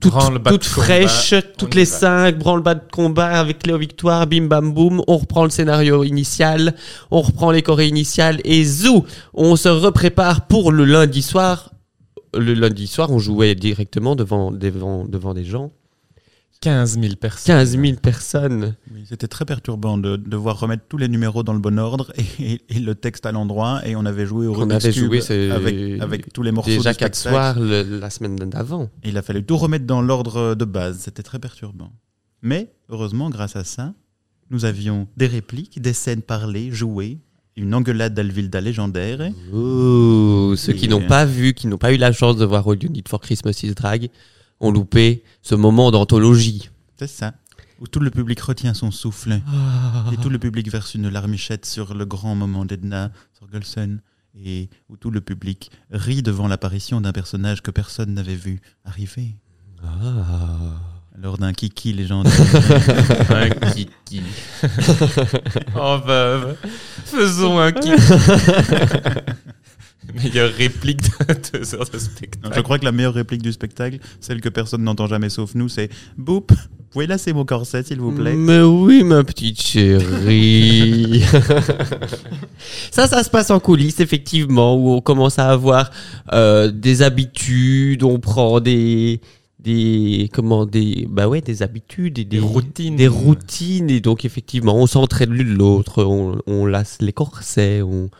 S2: toute,
S1: Branle-bas de
S2: toute
S1: combat,
S2: fraîche, toutes
S1: y
S2: les
S1: va.
S2: cinq, branle-bas de combat avec Léo Victoire, bim bam boum, on reprend le scénario initial, on reprend les chorés initiales et zou, on se reprépare pour le lundi soir. Le lundi soir, on jouait directement devant, devant, devant des gens.
S1: 15 000 personnes.
S2: 15 000 personnes.
S3: Oui, C'était très perturbant de de devoir remettre tous les numéros dans le bon ordre et, et- et le texte à l'endroit. Et on avait joué au
S2: Qu'on
S3: Rubik's
S2: avait
S3: Cube
S2: joué, c'est-
S3: avec, avec tous les morceaux
S2: Déjà
S3: du
S2: quatre
S3: spectacle.
S2: soirs le- la semaine d'avant.
S3: Et il a fallu tout remettre dans l'ordre de base. C'était très perturbant. Mais heureusement, grâce à ça, nous avions des répliques, des scènes parlées, jouées, une engueulade d'Alvilda légendaire.
S2: Ouh, ceux qui
S3: Et-
S2: n'ont pas vu, qui n'ont pas eu la chance de voir All You Need for Christmas is Drag, ont loupé ce moment d'anthologie.
S3: C'est ça. Où tout le public retient son souffle.
S2: Ah.
S3: Et tout le public verse une larmichette sur le grand moment d'Edna Sorgelson. Et où tout le public rit devant l'apparition d'un personnage que personne n'avait vu arriver.
S2: Ah.
S3: Lors d'un kiki légendaire.
S1: Un kiki. en veuve. Oh, Faisons un kiki. Meilleure réplique de deux heures de
S3: Non,
S1: spectacle.
S3: Je crois que la meilleure réplique du spectacle, celle que personne n'entend jamais sauf nous, c'est Boop, vous pouvez lasser mon corset s'il vous plaît
S2: Mais oui, ma petite chérie. ça, ça se passe en coulisses, effectivement, où on commence à avoir euh, des habitudes, on prend des des comment des bah ouais des habitudes et des,
S1: Des routines.
S2: des routines et donc effectivement on s'entraide l'une l'autre on, on lasse les corsets on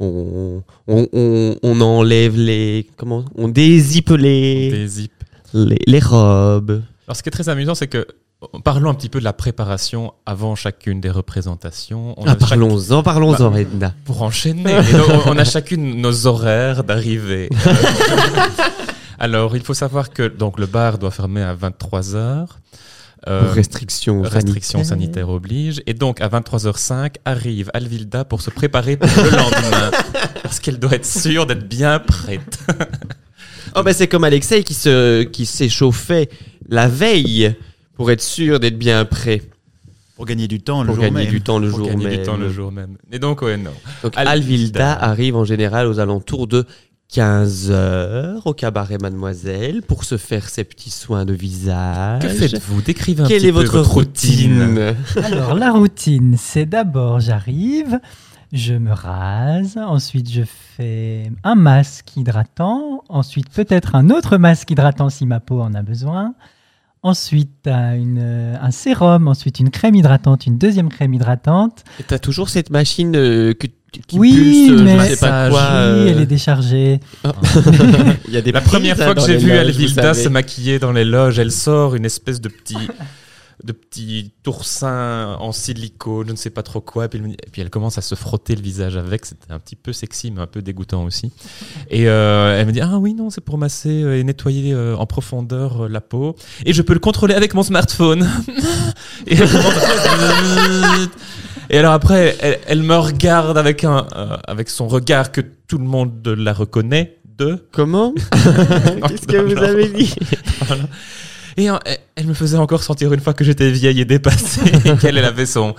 S2: on, on, on, on enlève les comment on dézippe les,
S1: Des zips.
S2: les les robes
S1: Alors, ce qui est très amusant, c'est que oh, parlons un petit peu de la préparation avant chacune des représentations. On Bah,
S2: Ah,
S1: a chaque-
S2: parlons-en parlons-en Edna
S1: pour enchaîner. Et donc, on a chacune nos horaires d'arrivée. Alors, il faut savoir que donc le bar doit fermer à 23 heures. Euh,
S2: restrictions
S1: Restrictions sanitaires obligent. Et donc, à 23h05, arrive Alvilda pour se préparer pour le lendemain. parce qu'elle doit être sûre d'être bien prête.
S2: Oh ben c'est comme Alexei qui se qui s'échauffait la veille pour être sûr d'être bien prêt
S3: Pour gagner du temps le
S2: pour
S3: jour
S2: gagner
S3: même.
S2: du temps le
S1: pour
S2: jour
S1: gagner
S2: même.
S1: du temps le jour même. Et donc, ouais, non.
S2: Donc
S1: Alvilda.
S2: Alvilda arrive en général aux alentours de 15 heures au cabaret Mademoiselle pour se faire ses petits soins de visage.
S1: Que faites-vous Décrivez un
S2: Ah, Quelle
S1: petit
S2: est
S1: peu
S2: votre routine,
S4: Alors, la routine, c'est d'abord j'arrive, je me rase, ensuite je fais un masque hydratant, ensuite peut-être un autre masque hydratant si ma peau en a besoin, ensuite un- une, euh, un sérum, ensuite une crème hydratante, une deuxième crème hydratante.
S2: Et T'as toujours cette machine euh, que
S4: qui Oui,
S1: pulse,
S4: mais-
S1: je sais pas quoi. euh.
S4: Oui, elle est déchargée.
S2: euh, Il y a des
S1: La première
S2: prises,
S1: fois
S2: hein,
S1: que
S2: dans
S1: j'ai
S2: les
S1: vu
S2: loges,
S1: Alvilda
S2: vous savez.
S1: se maquiller dans les loges, elle sort une espèce de petit, de petit oursin en silicone, je ne sais pas trop quoi. Et puis, elle me dit- et puis elle commence à se frotter le visage avec. C'était un petit peu sexy, mais un peu dégoûtant aussi. Et euh, elle me dit Ah oui, non, c'est pour masser euh, et nettoyer euh, en profondeur euh, la peau. Et je peux le contrôler avec mon smartphone. et, elle commence à- Et alors après, elle, elle me regarde avec, un, euh, avec son regard que tout le monde la reconnaît de.
S2: Comment Qu'est-ce que vous avez dit
S1: Et hein, elle- elle me faisait encore sentir une fois que j'étais vieille et dépassée et qu'elle elle avait son,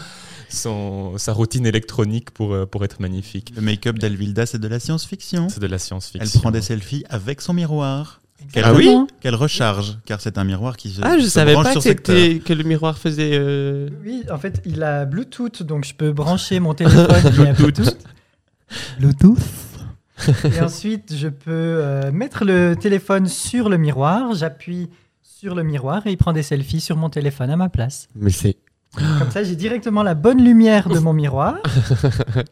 S1: son, sa routine électronique pour, euh, pour être magnifique.
S3: Le make-up d'Alvilda, c'est de la science-fiction.
S1: C'est de la
S3: Elle
S1: science-fiction.
S3: prend des selfies avec son miroir. Qu'elle
S2: Ah oui
S4: Exactement.
S3: qu'elle recharge, car c'est un miroir qui se,
S2: Ah, je
S3: se
S2: savais
S3: branche
S2: pas que,
S3: sur secteur.
S2: c'était- que le miroir faisait. euh,
S4: Oui, en fait, il a Bluetooth, donc je peux brancher mon téléphone via Bluetooth. Bluetooth. Et ensuite, je peux euh, mettre le téléphone sur le miroir. J'appuie sur le miroir et il prend des selfies sur mon téléphone à ma place.
S2: Mais c'est.
S4: Comme ça, j'ai directement la bonne lumière de mon miroir.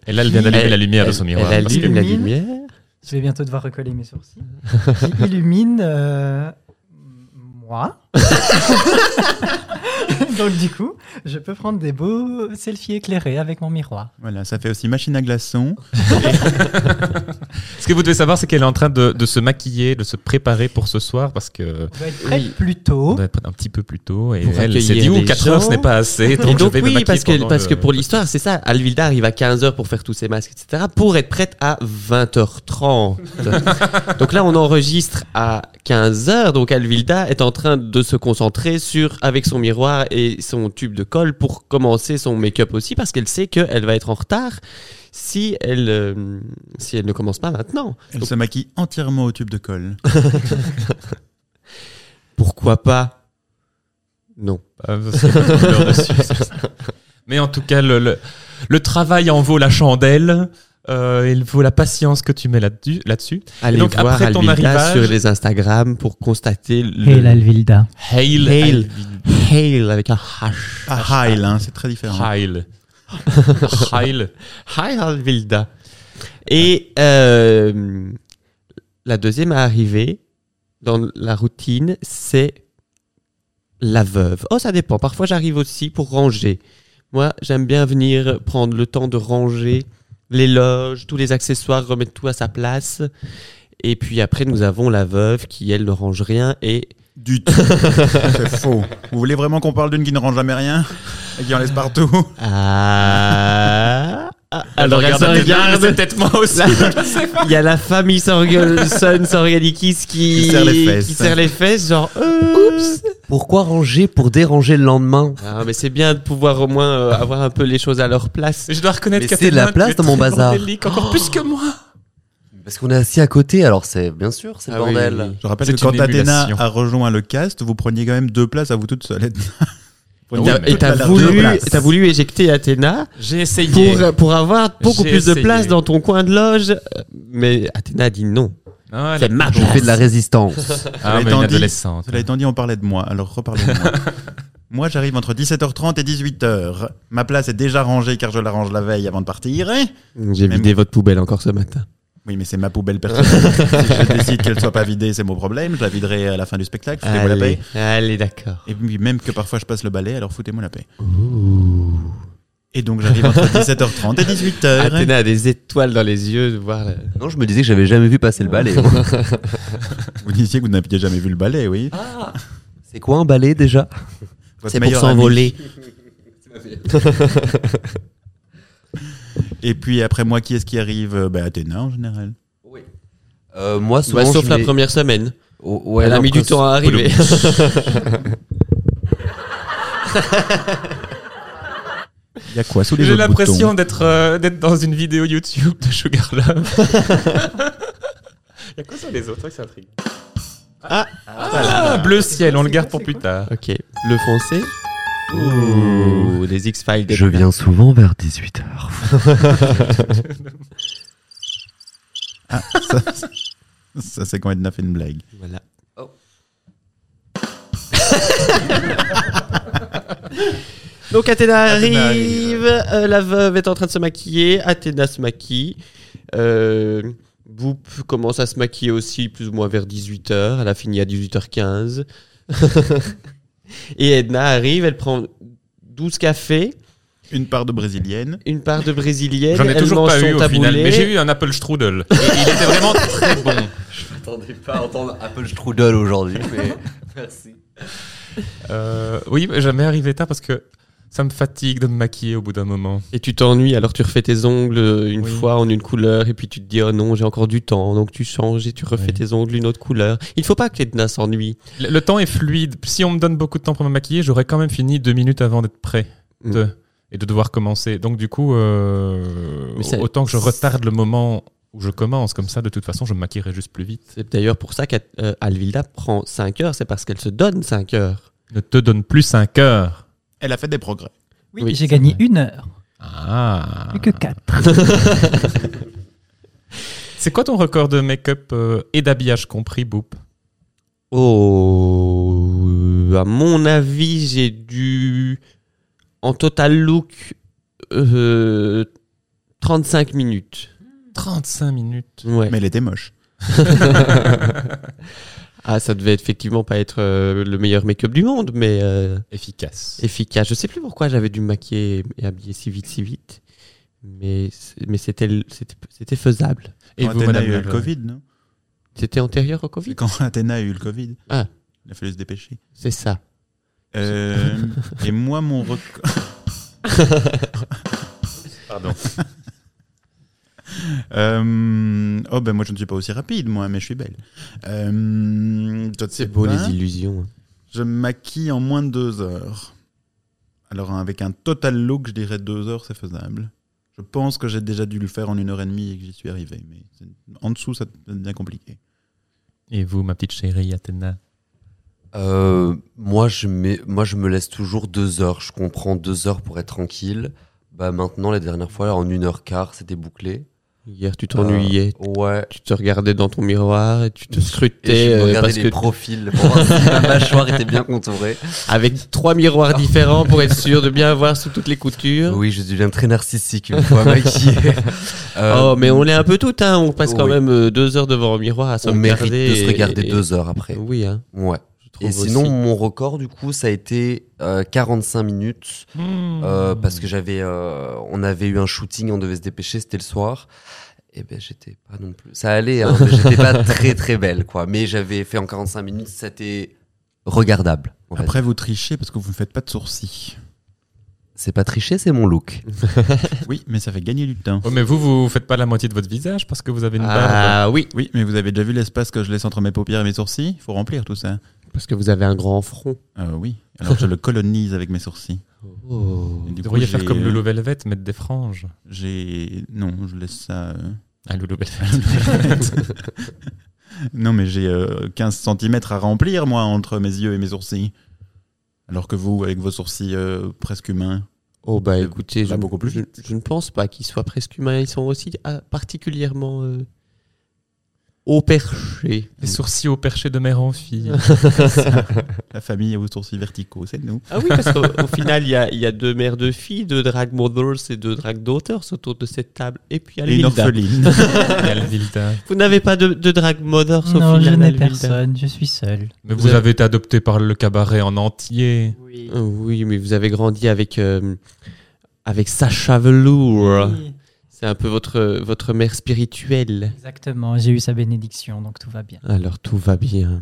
S1: Et là, elle vient d'allumer
S2: Elle-
S1: la lumière de son
S2: elle
S1: miroir. parce que-
S2: allume la
S4: Illumine.
S2: lumière.
S4: Je vais bientôt devoir recoller mes sourcils. Qui illumine euh, moi. Donc du coup, je peux prendre des beaux selfies éclairés avec mon miroir.
S3: Voilà, ça fait aussi machine à glaçons.
S1: Ce que vous devez savoir, c'est qu'elle est en train de, de se maquiller, de se préparer pour ce soir parce que.
S4: On doit être prête
S2: Oui.
S4: plus tôt.
S1: On doit être un petit peu plus tôt et
S2: Oh. Pour
S1: elle s'est
S2: accueillir
S1: dit
S2: les
S1: ou 4 heures
S2: gens.
S1: ce n'est pas assez donc,
S2: et donc,
S1: je vais me
S2: oui,
S1: maquiller
S2: parce que,
S1: pendant
S2: parce
S1: le-
S2: que pour l'histoire, c'est ça. Alvilda arrive à 15h pour faire tous ses masques, etc. pour être prête à 20h30. donc là, on enregistre à 15h. Donc Alvilda est en train de se concentrer sur, avec son miroir et son tube de colle pour commencer son make-up aussi parce qu'elle sait qu'elle va être en retard si elle, euh, si elle ne commence pas maintenant.
S3: Elle
S2: Donc,
S3: se maquille entièrement au tube de colle.
S2: Ah, pourquoi pas Non.
S1: Euh, c'est pas une couleur dessus, c'est ça. Mais en tout cas, le, le, le travail en vaut la chandelle. Euh, il vaut la patience que tu mets là-dessus. là-dessus.
S2: Allez
S1: donc,
S2: voir
S1: après ton
S2: Alvilda
S1: arrivage-
S2: sur les Instagram pour constater le
S4: Et l'Alvilda.
S1: Hail,
S2: Hail. Hail avec un H.
S3: Pas Heil, hein, c'est très différent.
S2: Ah.
S1: Hail. Hail.
S2: Hi Alvilda. Et euh, la deuxième à arriver dans la routine, c'est la veuve. Oh, ça dépend. Parfois, j'arrive aussi pour ranger. Moi, j'aime bien venir prendre le temps de ranger les loges, tous les accessoires, remettre tout à sa place. Et puis après, nous avons la veuve qui, elle, ne range rien et
S3: Du tout. c'est faux. Vous voulez vraiment qu'on parle d'une qui ne range jamais rien et qui en laisse partout
S2: Ah, ah, alors elle
S1: regarde
S2: se
S1: la télé, mais
S2: regarde.
S1: c'est peut-être moi aussi.
S2: Là, Il y a la famille Sorgelson Sorgalikis qui,
S3: Qui serre les fesses.
S2: qui serre les fesses, genre oups.
S5: Pourquoi ranger pour déranger le lendemain
S2: Ah, mais c'est bien de pouvoir au moins euh, avoir un peu les choses à leur place.
S1: Je dois reconnaître
S5: Mais
S1: qu'à
S5: c'est
S1: tes
S5: la
S1: mains,
S5: place
S1: tu es
S5: dans mon
S1: très
S5: bazar.
S1: bordélique, encore plus que moi.
S5: Parce qu'on est assis à côté, alors c'est bien sûr, c'est le
S2: Ah oui,
S5: bordel.
S2: oui, oui.
S3: Je rappelle
S1: C'est
S3: que quand
S1: une
S3: Athéna
S1: émulation.
S3: a rejoint le cast, vous preniez quand même deux places à vous toute seule.
S1: Oui,
S2: T'as-
S1: mais-
S2: et t'as
S3: Deux
S2: voulu,
S3: places.
S2: t'as voulu éjecter Athéna
S1: J'ai
S2: pour,
S1: essayé.
S2: euh, pour avoir beaucoup
S1: J'ai
S2: plus de
S1: essayé.
S2: place dans ton coin de loge. Euh, Mais Athéna a dit non.
S1: Ah, elle
S2: C'est
S1: est-
S2: ma
S5: Je fais de la résistance.
S1: Ah, mais
S3: étant
S1: une
S3: dit-
S1: adolescente.
S3: Cela étant dit, on parlait de moi, alors reparlons de moi. moi, j'arrive entre 17h30 et 18h. Ma place est déjà rangée car je la range la veille avant de partir. hein.
S2: J'ai
S3: Même-
S2: vidé votre poubelle encore ce matin.
S3: Oui, mais c'est ma poubelle personnelle. si je décide qu'elle soit pas vidée, c'est mon problème. Je la viderai à la fin du spectacle. Foutez-moi la
S2: Allez,
S3: paix.
S2: allez d'accord.
S3: Et puis, même que parfois je passe le balai, alors foutez-moi la paix. Et donc, j'arrive entre 17h30 et hein 18h.
S2: Athéna a des étoiles dans les yeux de voir. la-
S5: non, je me disais que j'avais jamais vu passer le balai.
S3: Vous disiez que vous n'aviez jamais vu le balai, oui.
S5: c'est quoi un balai déjà
S3: Votre
S2: C'est pour
S3: meilleur ami.
S2: s'envoler.
S3: Et puis après moi, qui est-ce qui arrive Euh, bah, Athéna en général.
S5: Euh, Moi, souvent,
S2: Ouais, Bah, sauf
S5: je
S2: la
S5: mets-
S2: première semaine.
S5: Oh, ouais,
S2: Elle a
S5: non,
S2: mis du
S5: parce-
S2: temps à arriver.
S3: Il y a quoi sous les
S1: J'ai
S3: autres
S1: l'impression
S3: boutons
S1: d'être euh, d'être dans une vidéo YouTube de Sugar Love. Il y a quoi sur les autres Ça intrigue.
S2: Ah,
S1: Ah, bleu ciel, on le
S4: C'est
S1: garde
S4: quoi,
S1: pour
S4: c'est
S1: plus
S4: quoi
S1: tard.
S2: Ok. Le foncé Ouh, les X-Files.
S5: Je viens souvent vers 18h.
S3: Ça, c'est quand Edna fait une blague.
S2: Voilà.
S5: Oh.
S2: Donc Athéna
S3: Athéna
S2: arrive,
S3: arrive.
S2: arrive, euh, la veuve est en train de se maquiller, Athéna se maquille. Euh, Boop commence à se maquiller aussi, plus ou moins vers 18h. Elle a fini à 18h15. Et Edna arrive, elle prend 12 cafés,
S3: Une part de brésilienne.
S2: une part de brésilienne.
S1: J'en ai
S2: elle
S1: toujours
S2: mange
S1: pas
S2: son
S1: eu au final,
S2: taboulet.
S1: mais j'ai eu un Apple Strudel. Et il était vraiment très bon.
S5: Je m'attendais pas à entendre Apple Strudel aujourd'hui, mais merci.
S1: Euh, oui, mais jamais arrivé tard parce que ça me fatigue de me maquiller au bout d'un moment.
S2: Et tu t'ennuies, alors tu refais tes ongles euh, une
S1: Oui.
S2: fois en une couleur, et puis tu te dis, oh non, j'ai encore du temps, donc tu changes et tu refais
S1: Oui.
S2: tes ongles une autre couleur. Il faut pas que Edna s'ennuie.
S1: Le, le temps est fluide. Si on me donne beaucoup de temps pour me maquiller, j'aurais quand même fini deux minutes avant d'être prêt de- et de devoir commencer. Donc du coup, euh,
S2: Mais ça-
S1: autant que je retarde le moment où je commence, comme ça, de toute façon, je me maquillerai juste plus vite.
S2: C'est d'ailleurs pour ça qu'Alvilda prend 5 heures, c'est parce qu'elle se donne 5 heures.
S1: Ne te donne plus cinq heures.
S3: Elle a fait des progrès.
S4: Oui,
S2: Oui,
S4: j'ai
S2: c'est
S4: gagné une heure,
S1: Ah.
S4: plus que quatre.
S1: C'est quoi ton record de make-up euh, et d'habillage compris, Boop
S2: Oh, euh, à mon avis, j'ai dû, en total look, euh, 35 minutes.
S1: 35 minutes.
S2: Ouais.
S3: Mais elle était moche.
S2: Ah, ça devait effectivement pas être euh, le meilleur make-up du monde, mais euh,
S1: Efficace.
S2: efficace. Je sais plus pourquoi j'avais dû me maquiller et habiller si vite, si vite. Mais, c'est- mais c'était le- c'était c'était faisable.
S1: Et
S3: quand Athéna a eu
S1: la
S3: le Covid, non
S2: C'était antérieur au
S3: C'est
S2: Covid
S3: quand Athéna a eu le Covid.
S2: Ah.
S3: Il a fallu se dépêcher.
S2: C'est ça.
S3: Euh, et moi, mon record.
S1: Pardon.
S3: Euh, oh, ben moi, je ne suis pas aussi rapide, moi, mais je suis belle. Euh, toi, tu sais
S2: C'est beau
S3: pas,
S5: hein
S2: les illusions. hein.
S3: Je me maquille en moins de deux heures. Alors, hein, avec un total look, je dirais deux heures, c'est faisable. Je pense que j'ai déjà dû le faire en une heure et demie et que j'y suis arrivé. Mais c'est- en dessous, ça devient compliqué.
S1: Et vous, ma petite chérie Athéna
S5: Euh, moi, je mets- moi, je me laisse toujours deux heures. Je comprends deux heures pour être tranquille. Bah, maintenant, la dernière fois, en une heure quart, c'était bouclé.
S2: Hier, tu t'ennuyais.
S5: Euh, ouais.
S2: Tu te regardais dans ton miroir et tu te
S5: Et
S2: scrutais
S5: je
S2: euh,
S5: regardais
S2: parce
S5: les
S2: que
S5: profils pour voir si ma mâchoire était bien contourée.
S2: avec trois miroirs différents pour être sûr de bien voir sous toutes les coutures.
S5: Oui, je deviens très narcissique une fois maquillée. Euh,
S2: oh, mais on l'est un peu tout, hein. On passe quand
S5: oui.
S2: même euh, deux heures devant un miroir à se
S5: Euh, on
S2: regarder.
S5: mérite de se
S2: et-
S5: regarder
S2: et-
S5: deux heures après.
S2: Oui, hein.
S5: Ouais.
S2: Je trouve
S5: Et sinon,
S2: aussi.
S5: mon record, du coup, ça a été euh, 45 minutes. euh,
S3: Hmm.
S5: parce que j'avais, euh, on avait eu un shooting, on devait se dépêcher, c'était le soir. Et ben, j'étais pas non plus. Ça allait, hein, mais j'étais pas très très belle, quoi. Mais j'avais fait en 45 minutes, c'était regardable. en fait.
S3: Après, vous trichez parce que vous ne faites pas de sourcils.
S5: C'est pas tricher, c'est mon look.
S3: Oui, mais ça fait gagner du temps.
S1: Oh, mais vous, vous faites pas la moitié de votre visage parce que vous avez une barbe.
S2: Ah oui,
S3: Oui, mais vous avez déjà vu l'espace que je laisse entre mes paupières et mes sourcils Il faut remplir tout ça.
S2: parce que vous avez un grand front.
S3: Euh, oui, alors je le colonise avec mes sourcils.
S2: Oh.
S3: Et du
S1: Vous
S3: coup,
S1: devriez faire
S3: j'ai- euh,
S1: comme Lulu Velvet, mettre des franges.
S3: J'ai. Non, je laisse ça. euh,
S1: Ah, Lulu Velvet.
S3: Non, mais j'ai euh, 15 cm à remplir, moi, entre mes yeux et mes sourcils. Alors que vous, avec vos sourcils euh, presque humains.
S2: Oh bah
S3: Ça
S2: écoutez,
S3: va
S2: je,
S3: Euh, beaucoup plus
S2: je- je ne pense pas qu'ils soient presque humains. Ils sont aussi ah, particulièrement euh, haut perchés.
S1: Les sourcils au perché de mère en fille.
S3: La famille a vos sourcils verticaux, c'est nous.
S2: Ah oui, parce qu'au au final, il y a, il y a deux mères de filles, deux drag mothers et deux drag daughters autour de cette table. Et puis
S3: Et une
S2: Alvilda.
S3: orpheline.
S1: Alvilda.
S2: Vous n'avez pas de, de drag mothers au
S4: Non, je
S2: final,
S4: n'ai
S2: Alvilda
S4: personne, je suis seul.
S1: Mais vous,
S2: Vous avez-
S1: avez été adopté par le cabaret en entier.
S2: Euh, Oui, mais vous avez grandi avec, euh, avec sa chevelure.
S4: Oui,
S2: C'est un peu votre, votre mère spirituelle.
S4: Exactement, j'ai eu sa bénédiction, donc tout va bien.
S2: Alors tout va bien.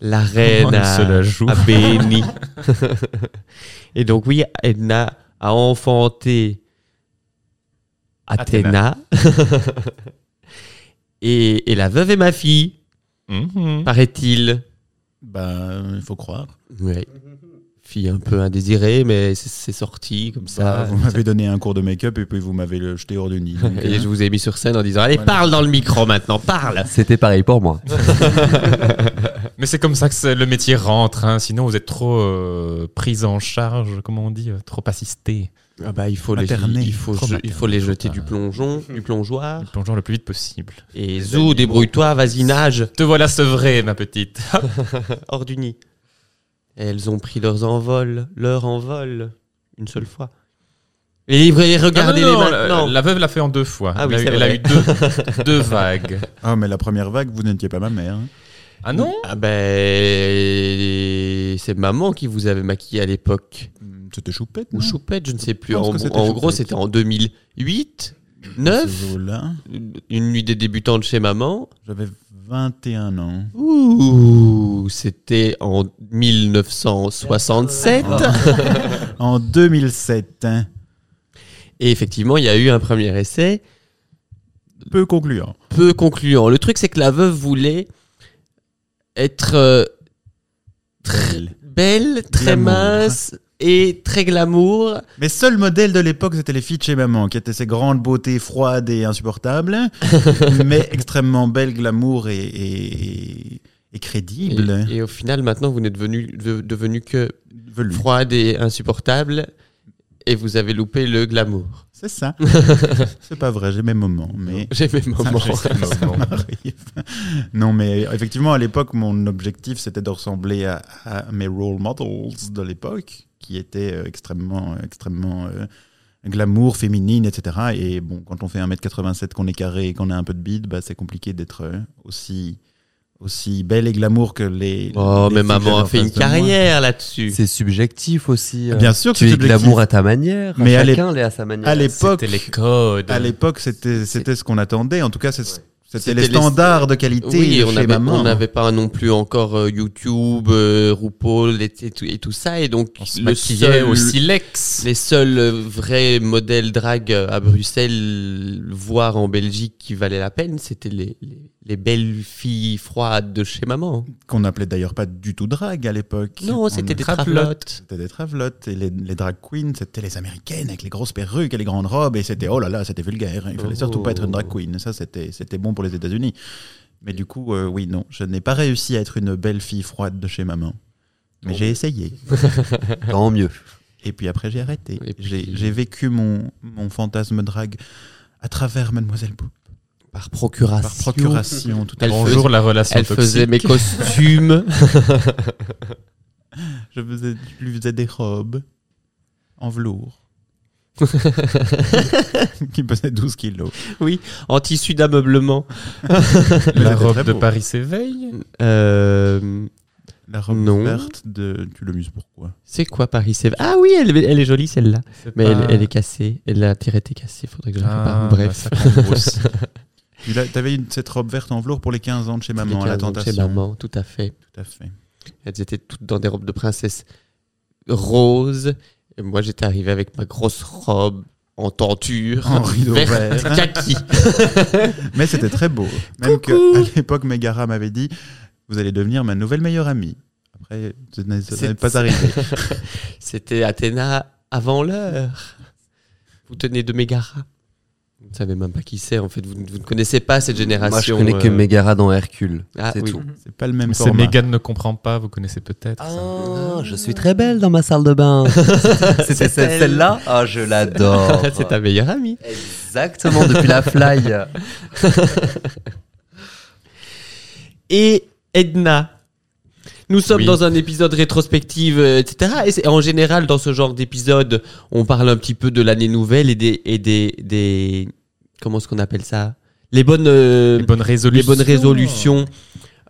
S2: La
S1: Oh,
S2: reine
S1: elle
S2: a,
S1: se la joue.
S2: a béni. Et donc oui, Edna a enfanté Athéna. et, et la veuve est ma fille,
S1: Mhm.
S2: paraît-il.
S3: bah, il faut croire.
S2: Ouais. Fille un peu indésirée, mais c'est- c'est sorti comme
S3: Bah,
S2: ça.
S3: vous m'avez donné un cours de make-up et puis vous m'avez le jeté hors du nid. donc,
S2: Et
S3: euh,
S2: je vous ai mis sur scène en disant Allez,
S3: Voilà.
S2: parle dans le micro maintenant, parle
S5: C'était pareil pour moi.
S1: Mais c'est comme ça que c'est- le métier rentre. hein. Sinon, vous êtes trop euh, prise en charge, comment on dit, euh, trop assisté.
S2: ah bah, Il faut les,
S3: Materné.
S2: il faut,
S1: Trop
S2: je- il
S1: materné,
S2: faut les
S1: faut
S2: jeter
S1: pas.
S2: du plongeon, du plongeoir.
S1: Le plongeon le plus vite possible.
S2: Et Zou, débrouille-toi, vas-y, nage
S1: Te voilà sevrée, ma petite.
S2: Ah hors du nid. Elles ont pris leurs envols, leur envol, une seule fois. Les livres et les regarder
S1: Ah non, non, non,
S2: les
S1: la-
S2: maintenant.
S1: la, veuve l'a fait en deux fois.
S2: Ah oui,
S1: elle,
S2: c'est
S1: a,
S2: vrai.
S1: eu- elle a eu deux, deux vagues.
S3: Ah, mais la première vague, vous n'étiez pas ma mère. hein.
S1: Ah non
S2: Ah ben, c'est maman qui vous avait maquillé à l'époque.
S3: Hmm, C'était choupette,
S2: Ou
S3: non
S2: Choupette, je ne sais plus.
S3: Je pense
S2: En,
S3: que c'était
S2: en gros,
S3: Choupette.
S2: c'était en 2008,
S3: Ce
S2: 9,
S3: jour-là,
S2: une nuit des débutantes chez maman.
S3: j'avais 21 ans.
S2: Ouh, c'était en 1967.
S1: Ah.
S3: En 2007. hein.
S2: Et effectivement, il y a eu un premier essai
S3: Peu concluant.
S2: peu concluant. Le truc, c'est que la veuve voulait être euh, très
S3: Belle.
S2: belle, très
S3: Glamour.
S2: mince et très glamour.
S3: Mes seuls modèles de l'époque, c'était les filles de chez maman, qui étaient ces grandes beautés froides et insupportables, mais extrêmement belles, glamour et, et, et
S2: Et,
S3: crédibles.
S2: et au final, maintenant, vous n'êtes devenu, de- devenu que
S3: Velues.
S2: froide et insupportable. Et vous avez loupé le glamour.
S3: C'est ça. C'est pas vrai, j'ai mes moments, mais.
S2: J'ai mes moments.
S3: m'arrive. non, mais effectivement, à l'époque, mon objectif, c'était de ressembler à, à mes role models de l'époque, qui étaient euh, extrêmement, euh, extrêmement euh, glamour, féminine, etc. Et bon, quand on fait 1m87, qu'on est carré et qu'on a un peu de bide, bah, c'est compliqué d'être euh, aussi, aussi belle et glamour que les.
S2: Oh, mais
S3: les filles que
S2: maman a
S3: j'avais en
S2: fait
S3: face
S2: une
S3: de moi.
S2: carrière là-dessus.
S5: C'est subjectif aussi. euh.
S3: Bien sûr que
S5: tu
S3: c'est
S5: es
S3: subjectif.
S5: glamour à ta manière.
S3: Mais à
S5: chacun l'est à sa manière.
S3: À l'époque,
S1: C'était les codes.
S3: à l'époque, c'était, c'était ce qu'on attendait. En tout cas, c'est- c'était
S2: C'était
S3: les
S2: les-
S3: standards de qualité
S2: Oui,
S3: de
S2: on
S3: chez
S2: avait-
S3: maman.
S2: on n'avait pas non plus encore euh, YouTube, euh, RuPaul et, et tout, et tout ça. Et donc,
S1: On se
S2: le
S1: maquillait
S2: seul,
S1: au silex.
S2: les seuls euh, vrais modèles drag euh, à Bruxelles, voire en Belgique, qui valaient la peine, c'était les, les, les belles filles froides de chez maman.
S3: qu'on n'appelait d'ailleurs pas du tout drague à l'époque.
S2: Non,
S3: On-
S2: c'était des
S1: travelotes.
S2: travelottes.
S3: C'était des travelottes et les, les drag queens, c'était les américaines avec les grosses perruques et les grandes robes et c'était oh là là, c'était vulgaire. Il fallait
S2: Oh.
S3: surtout pas être une drag queen. Ça, c'était c'était bon pour les États-Unis. Mais du coup, euh, oui, non, je n'ai pas réussi à être une belle fille froide de chez maman. Mais
S2: Non.
S3: j'ai essayé.
S5: Tant mieux.
S3: Et puis après, j'ai arrêté.
S2: Et puis-
S3: J'ai j'ai vécu mon, mon fantasme drag à travers Mademoiselle Bou.
S2: Par procuration.
S3: Par procuration, tout à
S2: Elle
S3: fait.
S1: Bonjour la relation
S2: Elle
S1: toxique.
S2: faisait mes costumes.
S3: Je, faisais- je lui faisais des robes en velours. qui pesait 12 kilos.
S2: en tissu d'ameublement.
S1: La
S3: C'était
S1: robe
S3: très
S1: de
S3: beau.
S1: Paris s'éveille.
S2: Euh,
S3: La robe
S2: Non.
S3: verte de. Tu l'as mise pourquoi
S2: c'est quoi Paris Sèvres Ah oui, elle, elle est jolie celle-là.
S1: C'est
S2: Mais
S1: pas-
S2: elle, elle est cassée. Elle a tiré était cassée. Faudrait que je la
S1: Ah,
S2: répare. Bref.
S1: ça compte aussi.
S3: Tu l'as- T'avais une- cette robe verte en velours pour les 15 ans de chez maman, à la
S2: Quelqu'un
S3: tentation.
S2: Chez maman, tout à fait.
S3: Tout à fait.
S2: Elles étaient toutes dans des robes de princesse rose. Et moi, j'étais arrivé avec ma grosse robe en tenture.
S3: En rideau
S2: verte,
S3: vert.
S2: Kaki.
S3: Mais c'était très beau. Même que à l'époque, Megara m'avait dit Vous allez devenir ma nouvelle meilleure amie. Après, ce n'est- ça
S2: C'est-
S3: n'est pas arrivé.
S2: C'était Athéna avant l'heure. Vous tenez de Mégara. Vous ne savez même pas qui c'est, en fait. Vous, ne- vous ne connaissez pas cette génération.
S5: Moi, je connais que
S2: euh,
S5: Megara dans Hercule.
S2: Ah,
S5: c'est
S2: oui.
S5: tout.
S3: C'est pas le même
S1: Mais C'est
S3: format.
S1: Mégane ne comprend pas, vous connaissez peut-être. ça.
S5: Ah, je suis très belle dans ma salle de bain. C'était
S2: elle.
S5: celle- celle-là Ah, je l'adore.
S2: c'est ta meilleure amie.
S5: Exactement, depuis la fly.
S2: Et Edna. Nous sommes
S1: Oui.
S2: dans un épisode rétrospective, euh, etc. Et c'est- en général, dans ce genre d'épisode, on parle un petit peu de l'année nouvelle et des, et des, des comment est-ce qu'on appelle ça Les bonnes, euh,
S1: Les bonnes
S2: les
S1: résolutions.
S2: bonnes résolutions.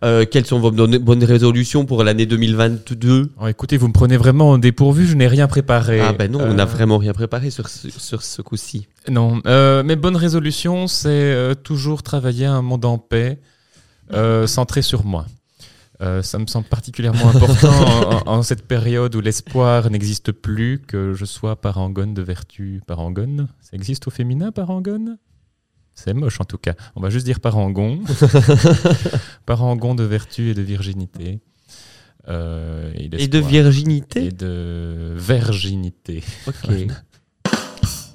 S2: Euh, quelles sont vos bonnes bonnes résolutions pour l'année 2022
S1: Oh, écoutez, vous me prenez vraiment en dépourvu, je n'ai rien préparé.
S2: Ah ben non, on n'a
S1: Euh,
S2: vraiment rien préparé sur ce, sur ce coup-ci.
S1: Non, euh, mes bonnes résolutions, c'est euh, toujours travailler à un monde en paix, euh, centré sur moi. Euh, ça me semble particulièrement important en, en- en cette période où l'espoir n'existe plus, que je sois parangone de vertu. Parangone Ça existe au féminin, parangone C'est moche en tout cas. On va juste dire parangon. parangon de vertu et de virginité. Euh,
S2: Et de
S1: d'espoir.
S2: virginité
S1: Et de virginité.
S2: Ok.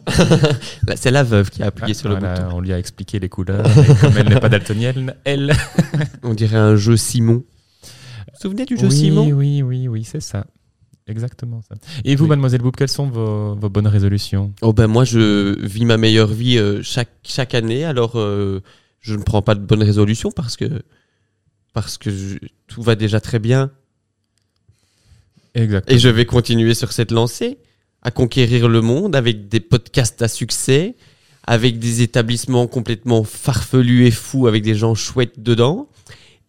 S2: Là, c'est la veuve qui a appuyé
S1: Ah,
S2: sur le
S1: voilà,
S2: bouton.
S1: On lui a expliqué les couleurs. et comme elle n'est pas daltonienne, elle.
S2: On dirait un jeu Simon. Vous vous souvenez du jeu
S1: oui,
S2: Simon
S1: Oui, oui, oui, c'est ça. Exactement ça. Et vous,
S2: Oui.
S1: mademoiselle Boub, quelles sont vos, vos bonnes résolutions
S2: Oh ben moi je vis ma meilleure vie euh, chaque chaque année alors euh, je ne prends pas de bonnes résolutions parce que parce que je- tout va déjà très bien
S1: Exactement.
S2: et je vais continuer sur cette lancée à conquérir le monde avec des podcasts à succès, avec des établissements complètement farfelus et fous, avec des gens chouettes dedans.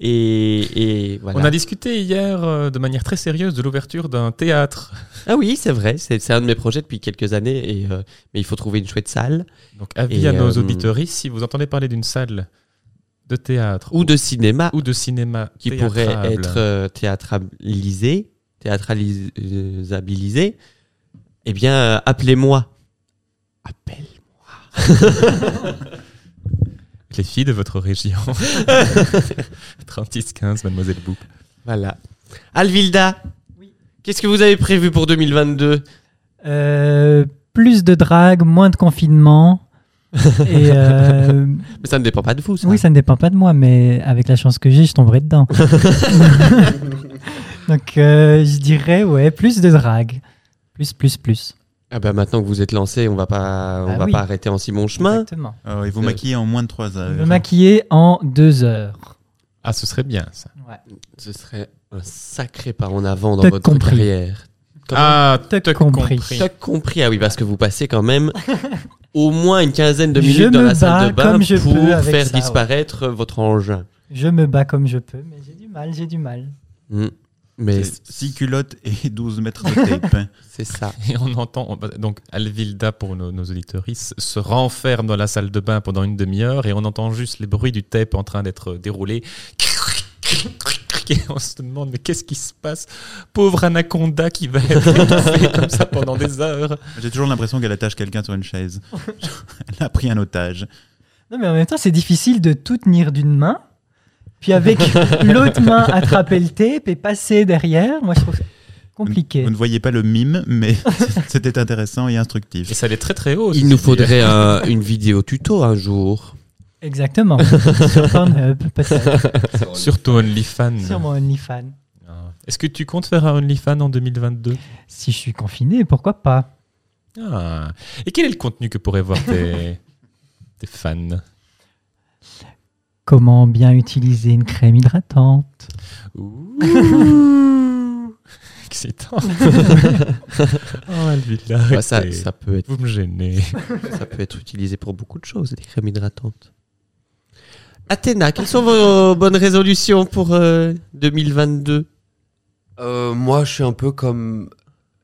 S2: Et, et voilà.
S1: On a discuté hier euh, de manière très sérieuse de l'ouverture d'un théâtre.
S2: Ah oui, c'est vrai, c'est c'est un de mes projets depuis quelques années, et, euh, mais il faut trouver une chouette salle.
S1: Donc avis
S2: Et,
S1: à nos
S2: euh,
S1: auditeurs, si vous entendez parler d'une salle de théâtre
S2: Ou de cinéma,
S1: ou de cinéma
S2: qui pourrait
S1: théâtrable,
S2: être euh, théâtralisé, théâtralisabilisé, eh bien, euh, appelez-moi. Appelle.
S1: les filles de votre région 36 15 mademoiselle Boupe.
S2: Voilà. Alvilda, qu'est-ce que vous avez prévu pour 2022
S4: Euh, plus de drague, moins de confinement. Et euh,
S2: Mais ça ne dépend pas de vous, ça.
S4: oui, ça ne dépend pas de moi, mais avec la chance que j'ai, je tomberai dedans. Donc, euh, je dirais, ouais, plus de drague. Plus, plus, plus.
S2: Ah bah, maintenant que vous êtes lancé, on va pas, on
S4: Ah
S2: va
S4: oui.
S2: pas arrêter en si bon chemin.
S4: Exactement.
S3: Euh, ils vous
S2: Euh,
S3: maquillez en moins de 3 heures.
S4: Me maquiller en deux heures.
S1: Ah, ce serait bien ça.
S2: Ce serait un sacré pas en avant dans
S4: T'as
S2: votre
S4: compris.
S2: carrière. Comment
S1: Ah,
S4: T'as
S1: t'as
S4: compris.
S2: T'as compris, ah oui, parce que vous passez quand même au moins une quinzaine de
S4: Je
S2: minutes dans
S4: me
S2: la salle de
S4: bats
S2: bain
S4: comme je
S2: pour
S4: peux avec
S2: faire
S4: ça, ouais.
S2: disparaître votre engin.
S4: Je me bats comme je peux, mais j'ai du mal, j'ai du mal.
S2: Mm. Mais
S3: 6 culottes et 12 mètres de tape. hein.
S2: c'est ça.
S1: Et on entend, on- donc Alvilda, pour nos, nos auditeurs, se renferme dans la salle de bain pendant une demi-heure et on entend juste les bruits du tape en train d'être euh, déroulé. Et on se demande, mais qu'est-ce qui se passe Pauvre anaconda qui va être étouffée comme ça pendant des heures.
S3: J'ai toujours l'impression qu'elle attache quelqu'un sur une chaise. Elle a pris un otage.
S4: Non, mais en même temps, c'est difficile de tout tenir d'une main, puis avec l'autre main attraper le tape et passer derrière. Moi, je trouve ça compliqué.
S3: Vous ne voyez pas le mime, mais c'était intéressant et
S1: Et
S3: instructif.
S1: ça allait très très haut.
S2: Il
S1: ceci
S2: nous
S1: dit.
S2: faudrait un- une vidéo tuto un jour.
S4: Exactement. sur Pornhub, peut-être.
S1: Surtout OnlyFans.
S4: Sur mon OnlyFans.
S1: Ah. Est-ce que tu comptes faire un OnlyFans en 2022
S4: Si je suis confiné, pourquoi pas
S1: Ah. Et quel est le contenu que pourraient voir tes, tes fans
S4: Comment bien utiliser une crème hydratante
S1: Excitant. oh, Alvilda,
S2: Ouais, ça,
S1: arrêtez.
S2: ça, peut être,
S1: Vous me gênez.
S2: ça peut être utilisé pour beaucoup de choses, des crèmes hydratantes. Athéna, quelles sont vos bonnes résolutions pour euh, 2022
S5: Euh, moi, je suis un peu comme.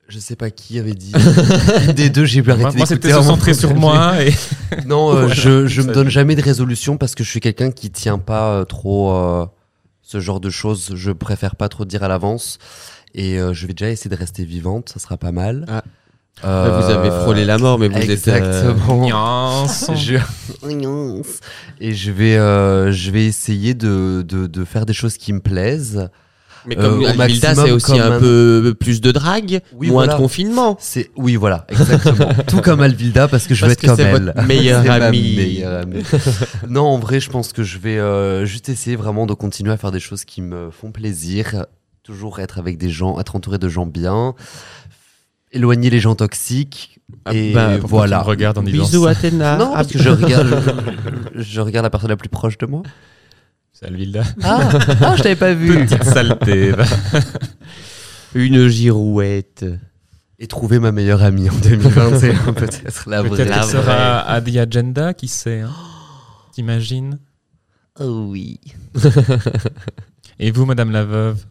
S5: Je sais pas qui avait dit. Une des deux, j'ai pu arrêter
S1: Moi, moi,
S5: d'écouter
S1: c'était
S5: à un
S1: centré
S5: moment
S1: sur
S5: donné.
S1: moi. Et...
S5: Non, euh,
S1: Voilà.
S5: je, je me
S1: Ça-
S5: donne jamais de résolution parce que je suis quelqu'un qui tient pas euh, trop euh, ce genre de choses. Je préfère pas trop dire à l'avance. Et euh, je vais déjà essayer de rester vivante, ça sera pas mal.
S2: Ah.
S5: Euh,
S2: Vous avez frôlé la mort, mais vous êtes... euh,
S5: Exactement.
S1: Niance.
S5: Je- Et je vais, euh, je vais essayer de, de, de faire des choses qui me plaisent.
S2: Mais comme
S5: Euh, au
S2: Alvilda,
S5: maximum,
S2: c'est aussi
S5: comme
S2: un
S5: un-
S2: peu plus de drague,
S5: Oui,
S2: moins
S5: voilà.
S2: de confinement.
S5: C'est oui, voilà, exactement. Tout comme Alvilda, parce que je
S2: Parce
S5: veux être
S2: que
S5: comme
S2: c'est
S5: elle.
S2: votre meilleure
S5: C'est ma
S2: amie.
S5: meilleure amie. non, en vrai, je pense que je vais euh, juste essayer vraiment de continuer à faire des choses qui me font plaisir. Toujours être avec des gens, être entouré de gens bien, éloigner les gens toxiques.
S2: Ah,
S5: et
S2: bah, pourquoi
S5: voilà.
S1: Regarde en disant
S2: Bisous
S1: ça.
S2: Athéna.
S5: Non,
S2: Ah,
S5: parce que je regarde, je, je regarde la personne la plus proche de moi.
S1: C'est Alvilda.
S5: Ah, ah, je t'avais pas vu.
S1: Petite saleté. va.
S2: Une girouette.
S5: Et trouver ma meilleure amie en 2021, peut-être la vraie.
S1: Peut-être
S2: la
S1: que ce
S2: vraie.
S1: sera à The Agenda, qui sait. hein. T'imagines
S5: Oh oui.
S1: Et vous, Madame la Veuve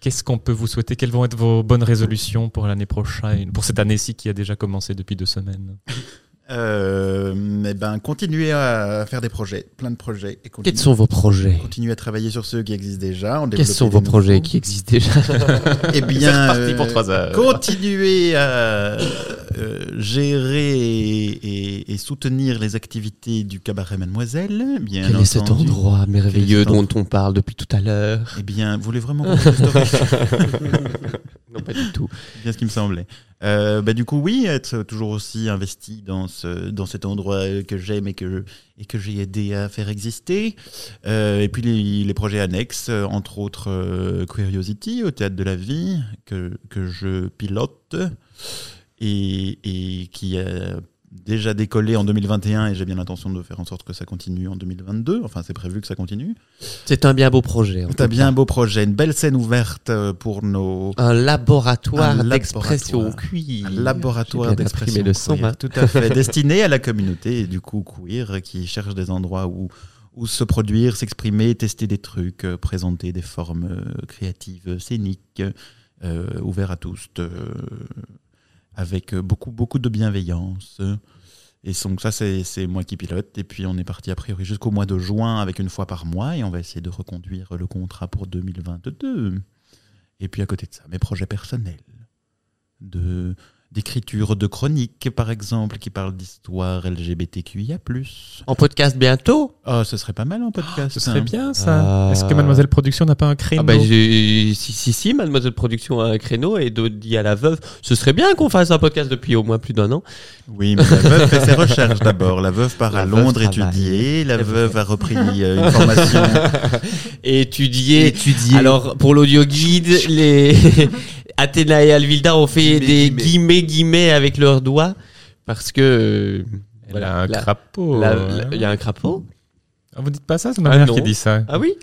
S1: Qu'est-ce qu'on peut vous souhaiter Quelles vont être vos bonnes résolutions pour l'année prochaine, pour cette année-ci qui a déjà commencé depuis deux semaines
S3: Euh, eh ben, continuez à faire des projets, plein de projets. Et continuez,
S2: Quels sont vos projets
S3: continuez à travailler sur ceux qui existent déjà. en
S2: Quels
S3: développer
S2: sont
S3: des
S2: vos
S3: nouveaux.
S2: projets qui existent déjà
S3: Eh bien, euh,
S1: heures.
S3: Continuez à euh, gérer et, et- et soutenir les activités du cabaret Mademoiselle. Bien
S2: Quel est cet
S3: entendu.
S2: endroit merveilleux
S3: Quel est
S2: dont
S3: cet
S2: on parle depuis tout à l'heure
S3: Eh bien, vous voulez vraiment qu'on vous restaure
S2: Non, pas du tout.
S3: C'est bien ce qui me semblait. Euh, bah, du coup, oui, être toujours aussi investi dans, ce, dans cet endroit que j'aime et que, et que j'ai aidé à faire exister. Euh, et puis les, les projets annexes, euh, entre autres euh, Curiosity au Théâtre de la Vie, que, que je pilote et, et qui a déjà décollé en 2021 et j'ai bien l'intention de faire en sorte que ça continue en 2022. Enfin, c'est prévu que ça continue.
S2: C'est un bien beau projet. en tout
S3: T'as
S2: cas.
S3: bien un beau projet, une belle scène ouverte euh, pour nos
S2: Un laboratoire
S3: Un
S2: d'expression
S3: laboratoire.
S2: cuir.
S3: Un
S2: J'ai
S3: laboratoire
S2: bien
S3: d'expression
S2: imprimé le son,
S3: queer,
S2: hein.
S3: tout à fait destiné à la communauté et du coup queer qui cherche des endroits où où se produire, s'exprimer, tester des trucs, euh, présenter des formes euh, créatives, scéniques, euh, ouvert à tous, euh, avec euh, beaucoup beaucoup de bienveillance. Et donc ça c'est c'est moi qui pilote et puis on est parti a priori jusqu'au mois de juin avec une fois par mois et on va essayer de reconduire le contrat pour 2022. Et puis à côté de ça, mes projets personnels de d'écriture de chroniques, par exemple, qui parlent d'histoire LGBTQIA+.
S2: En podcast bientôt
S3: Oh, ce serait pas mal en podcast.
S1: Ce serait
S3: hein.
S1: bien ça.
S2: Ah.
S1: Est-ce que Mademoiselle Production n'a pas un créneau
S2: Ah bah, j'ai- si, si, si, Mademoiselle Production a un créneau et d'autres dit à la veuve, ce serait bien qu'on fasse un podcast depuis au moins plus d'un an.
S3: Oui, mais la veuve fait ses recherches d'abord. La veuve part
S2: La
S3: à
S2: veuve
S3: Londres
S2: travaille.
S3: étudier, la
S2: Elle
S3: veuve a repris euh, une formation.
S2: Étudier.
S5: Étudier.
S2: Alors, pour l'audio guide, les Athéna et Alvilda ont fait
S5: Guillemets,
S2: des
S5: guillemets.
S2: guillemets, guillemets avec leurs doigts parce que. euh,
S1: Elle
S2: voilà,
S1: a un
S2: la-
S1: crapaud.
S2: la-
S1: hein.
S2: la- Il y a un crapaud
S1: Ah, vous dites pas ça C'est ma
S2: Ah,
S1: mère
S2: non.
S1: qui dit ça.
S2: Ah oui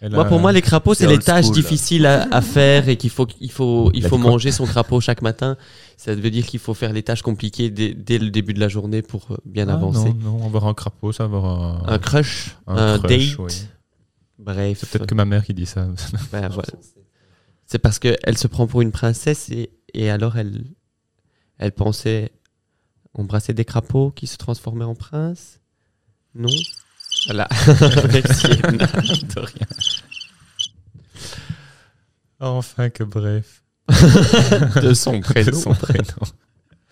S1: Elle
S2: Moi,
S1: a-
S2: pour moi, les crapauds, c'est
S5: c'est
S2: les
S5: old
S2: tâches
S5: school.
S2: difficiles à, à faire et qu'il faut, il faut, il
S5: Il a
S2: faut
S5: dit quoi
S2: manger son crapaud chaque matin. Ça veut dire qu'il faut faire les tâches compliquées dès, dès le début de la journée pour euh, bien
S1: Ah,
S2: avancer.
S1: Non, non, on va avoir un crapaud, ça va avoir
S2: Un
S1: un.
S2: crush, un,
S1: un crush,
S2: date.
S1: oui.
S2: Bref.
S1: C'est peut-être que ma mère qui dit ça.
S2: Ouais, Ben, voilà. C'est parce qu'elle se prend pour une princesse et, et alors elle, elle pensait embrasser des crapauds qui se transformaient en prince. Non Voilà. Merci, Anna. De rien.
S1: enfin que bref.
S2: de son prénom.
S1: De son prénom.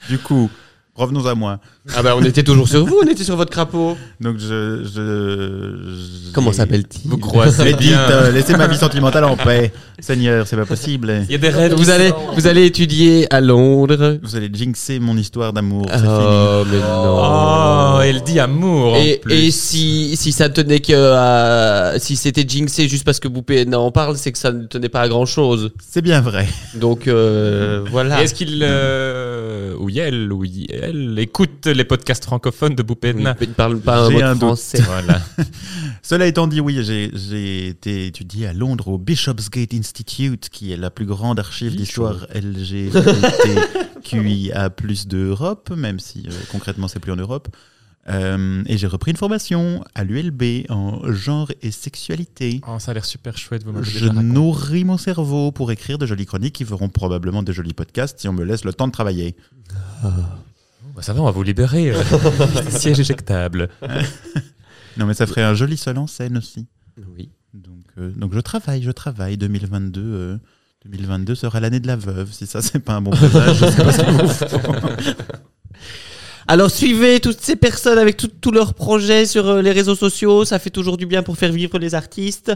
S3: du coup, revenons à moi.
S2: Ah bah on était toujours sur vous, on était sur votre crapaud.
S3: Donc je... je, je-
S2: Comment s'appelle-t-il
S1: Vous croissez
S3: Mais dites,
S1: bien.
S3: euh, laissez ma vie sentimentale en paix. Seigneur, c'est pas possible.
S1: Il y a des rêves.
S2: Vous allez, vous allez étudier à Londres.
S3: Vous allez jinxer mon histoire d'amour. c'est fini.
S2: Oh, mais
S1: Oh,
S2: non.
S1: elle dit amour. en
S2: et,
S1: plus.
S2: et si, si ça tenait que à- si c'était jinxé juste parce que Boupé en parle, c'est que ça ne tenait pas à grand chose.
S3: C'est bien vrai.
S2: Donc euh,
S1: Et
S2: voilà.
S1: Est-ce qu'il euh, ou elle ou elle écoute les podcasts francophones de
S2: Oui,
S1: Boupedna
S2: il ne parle pas un
S3: J'ai
S2: mot de
S3: un doute.
S2: français.
S1: Voilà.
S3: Cela étant dit, oui, j'ai- j'ai été étudié à Londres au Bishopsgate Institute, qui est la plus grande archive d'histoire LGBTQIA+ d'Europe, même si euh, concrètement c'est plus en Europe. Euh, et j'ai repris une formation à l'ULB en genre et sexualité.
S1: Oh, ça a l'air super chouette. Vous m'avez
S3: Je
S1: déjà raconté.
S3: nourris mon cerveau pour écrire de jolies chroniques qui feront probablement des jolis podcasts si on me laisse le temps de travailler.
S1: Bah, ça va, on va vous libérer. euh, des sièges éjectables.
S3: Non,
S1: Euh,
S3: mais ça ferait un joli seul en scène aussi.
S2: Oui.
S3: Donc, euh, donc je travaille, je travaille. 2022, euh, 2022 sera l'année de la veuve. Si ça, c'est pas un bon présage, je sais pas ce que vous faites.
S2: Alors suivez toutes ces personnes avec tout- tous leurs projets sur euh, les réseaux sociaux, ça fait toujours du bien pour faire vivre les artistes.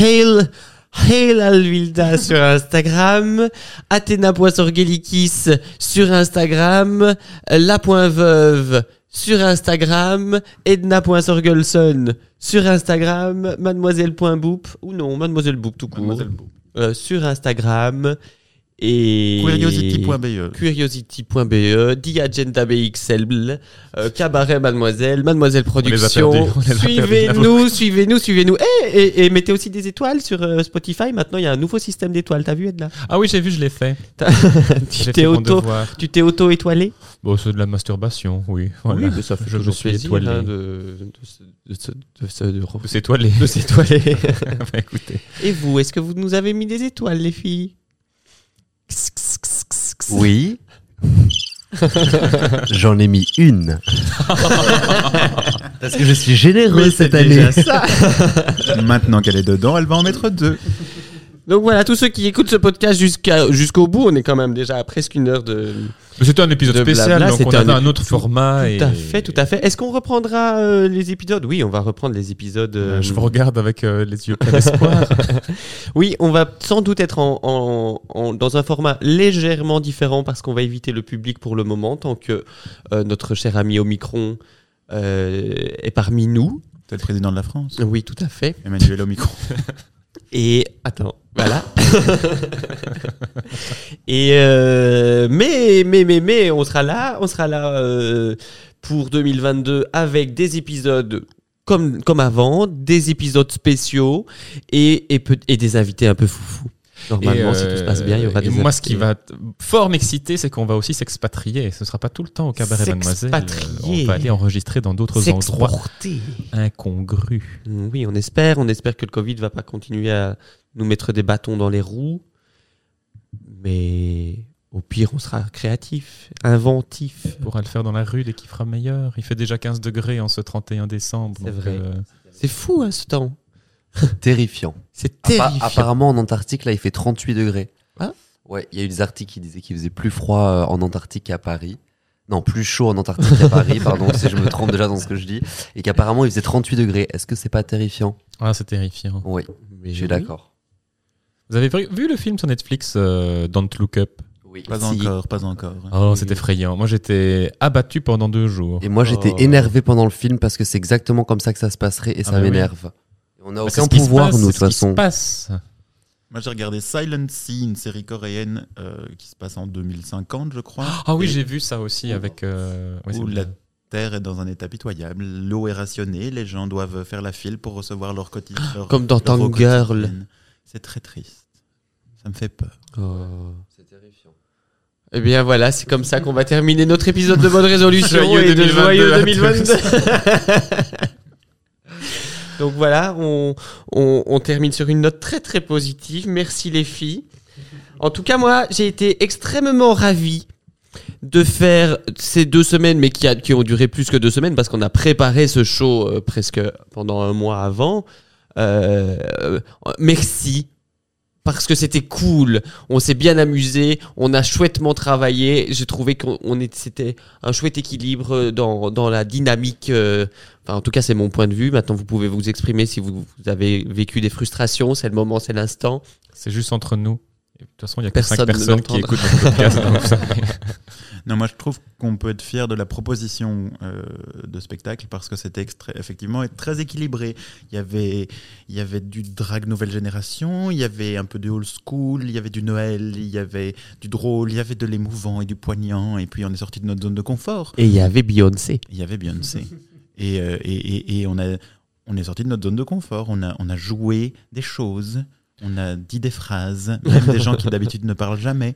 S2: Hail Hail Alvilda sur Instagram, Athéna Poissorgelikis sur Instagram, euh, La Point Veuve sur Instagram, Edna Sorgelson sur Instagram, Mademoiselle Point Boop, ou non, Mademoiselle Boop tout court,
S3: Mademoiselle Beau.
S2: euh, sur Instagram et
S3: Curiosity.be.
S2: curiosity.be, Diagenda BXL, euh, Cabaret Mademoiselle, Mademoiselle Production.
S1: perdus, on les a
S2: Suivez-nous, suivez-nous, suivez-nous. Eh, Et, et mettez aussi des étoiles sur euh, Spotify. Maintenant, il y a un nouveau système d'étoiles. T'as vu, Edna
S1: Ah oui, j'ai vu, je l'ai fait.
S2: Tu
S1: Ah, J'ai
S2: t'es
S1: fait mon
S2: auto-
S1: devoir.
S2: Tu t'es auto-étoilé
S1: Bon, c'est de la masturbation, oui. Voilà.
S2: Oui, mais ça fait
S1: je me
S2: toujours
S1: suis
S2: plaisir
S1: étoilé.
S2: hein, de, de, se- de, se- de se- de re-
S1: Vous étoilez.
S2: de s'étoiler.
S1: Bah, écoutez.
S2: et vous, est-ce que vous nous avez mis des étoiles, les filles
S5: Oui. J'en ai mis une. Parce que je suis généreux cette année.
S3: Maintenant qu'elle est dedans, elle va en mettre deux.
S2: Donc voilà, tous ceux qui écoutent ce podcast jusqu'à- jusqu'au bout, on est quand même déjà à presque une heure de...
S1: Mais C'était un épisode
S2: De
S1: spécial,
S2: blabla,
S1: donc on
S2: c'était
S1: avait
S2: un
S1: un autre
S2: épi-
S1: format. et...
S2: Tout à fait, tout à fait. Est-ce qu'on reprendra euh, les épisodes Oui, on va reprendre les épisodes. euh,
S1: Je vous regarde avec euh, les yeux pleins d'espoir.
S2: Oui, on va sans doute être en, en- en- dans un format légèrement différent parce qu'on va éviter le public pour le moment tant que euh, notre cher ami Omicron euh, est parmi nous.
S3: C'est le président de la France,
S2: Oui, tout à fait.
S3: Emmanuel au micro.
S2: Et attends, voilà. Et euh, mais mais mais mais on sera là, on sera là euh, pour 2022 avec des épisodes comme comme avant, des épisodes spéciaux et et, peut- et des invités un peu foufou. Normalement,
S1: Et,
S2: si tout se passe bien, il y aura
S1: euh, et
S2: des
S1: Moi, ce qui
S2: invités.
S1: va t- fort m'exciter, c'est qu'on va aussi s'expatrier. Ce ne sera pas tout le temps au cabaret Mademoiselle. Euh,
S2: S'expatrier.
S1: On va aller enregistrer dans d'autres endroits
S2: s'exporter.
S1: incongrus.
S2: Euh, Oui, on espère, on espère que le Covid va pas continuer à nous mettre des bâtons dans les roues. Mais au pire, on sera créatif, inventif.
S1: Il pourra le faire dans la rue dès qu'il fera meilleur. Il fait déjà 15 degrés en ce 31 décembre.
S2: C'est
S1: donc,
S2: vrai.
S1: euh,
S2: C'est fou hein, ce temps.
S5: Terrifiant.
S2: C'est
S5: Appa-
S2: terrifiant.
S5: apparemment, en Antarctique, là, il fait 38 degrés.
S2: Ah.
S5: Ouais, il y a eu des articles qui disaient qu'il faisait plus froid euh, en Antarctique qu'à Paris. Non, plus chaud en Antarctique qu'à Paris, pardon, si je me trompe déjà dans ce que je dis. Et qu'apparemment, il faisait 38 degrés. Est-ce que c'est pas terrifiant
S1: ah, c'est terrifiant.
S5: Oui,
S2: Mais
S5: je
S2: oui.
S5: suis d'accord.
S1: Vous avez vu, vu le film sur Netflix, euh, Don't Look Up
S5: Oui.
S3: Pas
S5: Si.
S3: encore, pas encore.
S1: Oh, c'est effrayant. Moi, j'étais abattu pendant deux jours.
S5: Et moi, j'étais
S2: Oh.
S5: énervé pendant le film parce que c'est exactement comme ça que ça se passerait et
S1: Ah
S5: ça
S1: bah oui.
S5: m'énerve. On n'a
S1: Bah, c'est
S5: aucun
S1: ce qui se
S5: pouvoir,
S1: passe,
S5: nous, de
S1: c'est
S5: toute
S1: ce qui se
S5: façon.
S1: passe.
S3: Moi, j'ai regardé Silent Sea, une série coréenne euh, qui se passe en 2050, je crois.
S1: Ah oui,
S3: Et
S1: j'ai vu ça aussi avec. euh, ouais,
S3: Où
S1: c'est-
S3: la Terre est dans un état pitoyable, l'eau est rationnée, les gens doivent faire la file pour recevoir leur quotidien.
S2: comme dans Tank Girl.
S3: C'est très triste. Ça me fait peur.
S2: Oh. Eh bien voilà, c'est comme ça qu'on va terminer notre épisode de bonne résolution
S1: Joyeux
S2: et de
S1: 2022
S2: joyeux
S1: à
S2: 2022. Donc voilà, on, on, on termine sur une note très très positive. Merci les filles. En tout cas, moi, j'ai été extrêmement ravi de faire ces deux semaines, mais qui, a- qui ont duré plus que deux semaines, parce qu'on a préparé ce show euh, presque pendant un mois avant. Euh, euh, merci, parce que c'était cool. On s'est bien amusé, on a chouettement travaillé. J'ai trouvé qu'on on est- c'était un chouette équilibre euh, dans, dans la dynamique. euh, enfin, en tout cas, c'est mon point de vue. Maintenant, vous pouvez vous exprimer si vous, vous avez vécu des frustrations. C'est le moment, c'est l'instant.
S1: C'est juste entre nous. Et de toute façon, il y a que
S2: Personne
S1: 5
S2: ne
S1: personnes qui
S2: l'entendra.
S1: écoutent notre podcast. donc vous savez.
S3: Non, moi, je trouve qu'on peut être fier de la proposition euh, de spectacle parce que c'était extra- effectivement être très équilibré. Il y avait, il y avait du drag nouvelle génération, il y avait un peu du old school, il y avait du Noël, il y avait du drôle, il y avait de l'émouvant et du poignant. Et puis, on est sorti de notre zone de confort.
S2: Et il y avait Beyoncé.
S3: Il y avait Beyoncé. et, euh, et, et, et on, a, on est sorti de notre zone de confort. On a, on a joué des choses. On a dit des phrases. Même des gens qui d'habitude ne parlent jamais.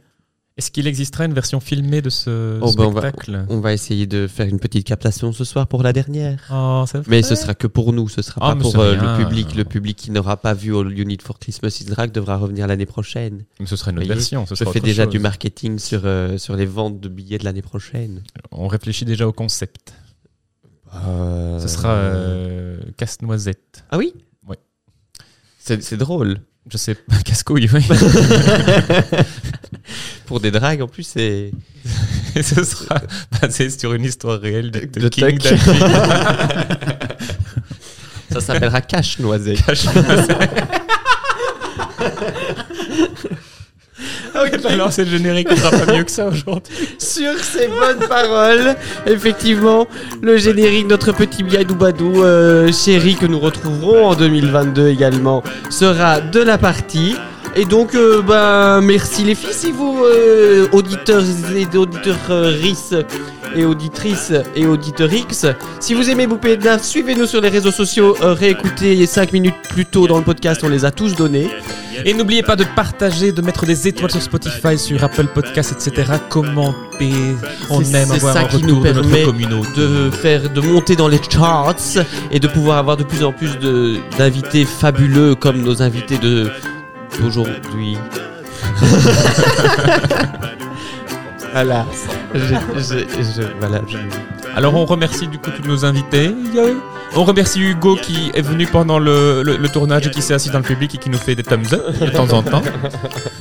S1: Est-ce qu'il existera une version filmée de ce
S2: Oh, ben, on va-
S1: spectacle
S2: On va essayer de faire une petite captation ce soir pour la dernière.
S1: Oh, c'est
S2: Mais
S1: vrai.
S2: ce sera que pour nous, ce sera
S1: Ah,
S2: pas
S1: mais
S2: pour
S1: c'est
S2: euh,
S1: rien.
S2: le public. Le public qui n'aura pas vu All You Need for Christmas is Drag devra revenir l'année prochaine.
S1: Mais ce sera une autre
S2: Voyez,
S1: version. ce
S2: Je
S1: sera
S2: fais
S1: autre
S2: déjà
S1: chose.
S2: du marketing sur, euh, sur les ventes de billets de l'année prochaine.
S1: On réfléchit déjà au concept.
S2: Euh,
S1: Ce sera euh, casse-noisette.
S2: Ah oui
S1: Ouais.
S2: C'est c'est drôle.
S1: Je sais pas, casse-couille, oui.
S2: Pour des dragues, en plus, c'est.
S1: Et ce sera basé sur une histoire réelle de, de
S2: De
S1: King
S2: Tuck.
S1: David.
S2: Ça s'appellera Cache Noisette.
S1: Alors c'est le générique, on fera pas mieux que ça aujourd'hui.
S2: Sur ces bonnes paroles, effectivement, le générique, notre petit Biadou Badou euh, chéri que nous retrouverons en 2022 également, sera de la partie. Et donc, euh, ben, merci les filles, si vous, euh, auditeurs et auditeurs euh, RIS et auditrices et auditeurs X, si vous aimez Boupé Edna, suivez-nous sur les réseaux sociaux, euh, réécoutez les 5 minutes plus tôt dans le podcast, on les a tous donnés.
S1: Et n'oubliez pas de partager, de mettre des étoiles sur Spotify, sur Apple Podcasts, etc. Commenter. On
S2: C'est-
S1: aime
S2: c'est
S1: avoir
S2: ça
S1: un
S2: qui
S1: retour
S2: nous
S1: de
S2: permet
S1: notre communauté.
S2: de faire de monter dans les charts et de pouvoir avoir de plus en plus de d'invités fabuleux comme nos invités de d'aujourd'hui. voilà. Je, je- je- voilà. je-
S1: Alors on remercie du coup tous nos invités. On remercie Hugo qui est venu pendant le, le- le tournage et qui s'est assis dans le public et qui nous fait des thumbs up de temps en temps.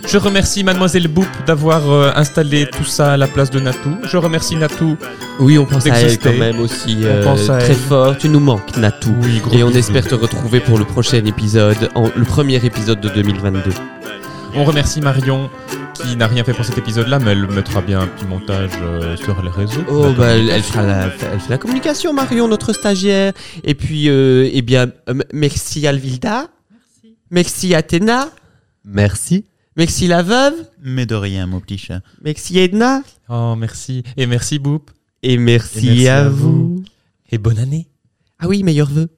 S1: Je remercie Mademoiselle Boop d'avoir euh, installé tout ça à la place de Natou. Je remercie Natou.
S2: Oui, on pense à elle
S1: D'exister.
S2: quand même aussi
S1: On
S2: euh,
S1: pense à
S2: très
S1: elle.
S2: fort. Tu nous manques, Natou.
S1: Oui,
S2: Et on espère te retrouver pour le prochain épisode, en- le premier épisode de 2022.
S1: On remercie Marion qui n'a rien fait pour cet épisode-là, mais elle mettra bien un petit montage euh, sur les réseaux.
S2: Oh bah elle, elle fera la, elle fait la communication Marion notre stagiaire et puis euh, eh bien euh, m- merci Alvilda merci merci Athéna
S5: Merci.
S2: Merci la veuve,
S3: Mais de rien, mon petit chat.
S2: merci Edna,
S1: Oh, merci. Et merci, Boop.
S2: et merci,
S1: Et merci
S2: à,
S1: à
S2: vous.
S1: Et bonne année.
S2: Ah oui, meilleur vœu.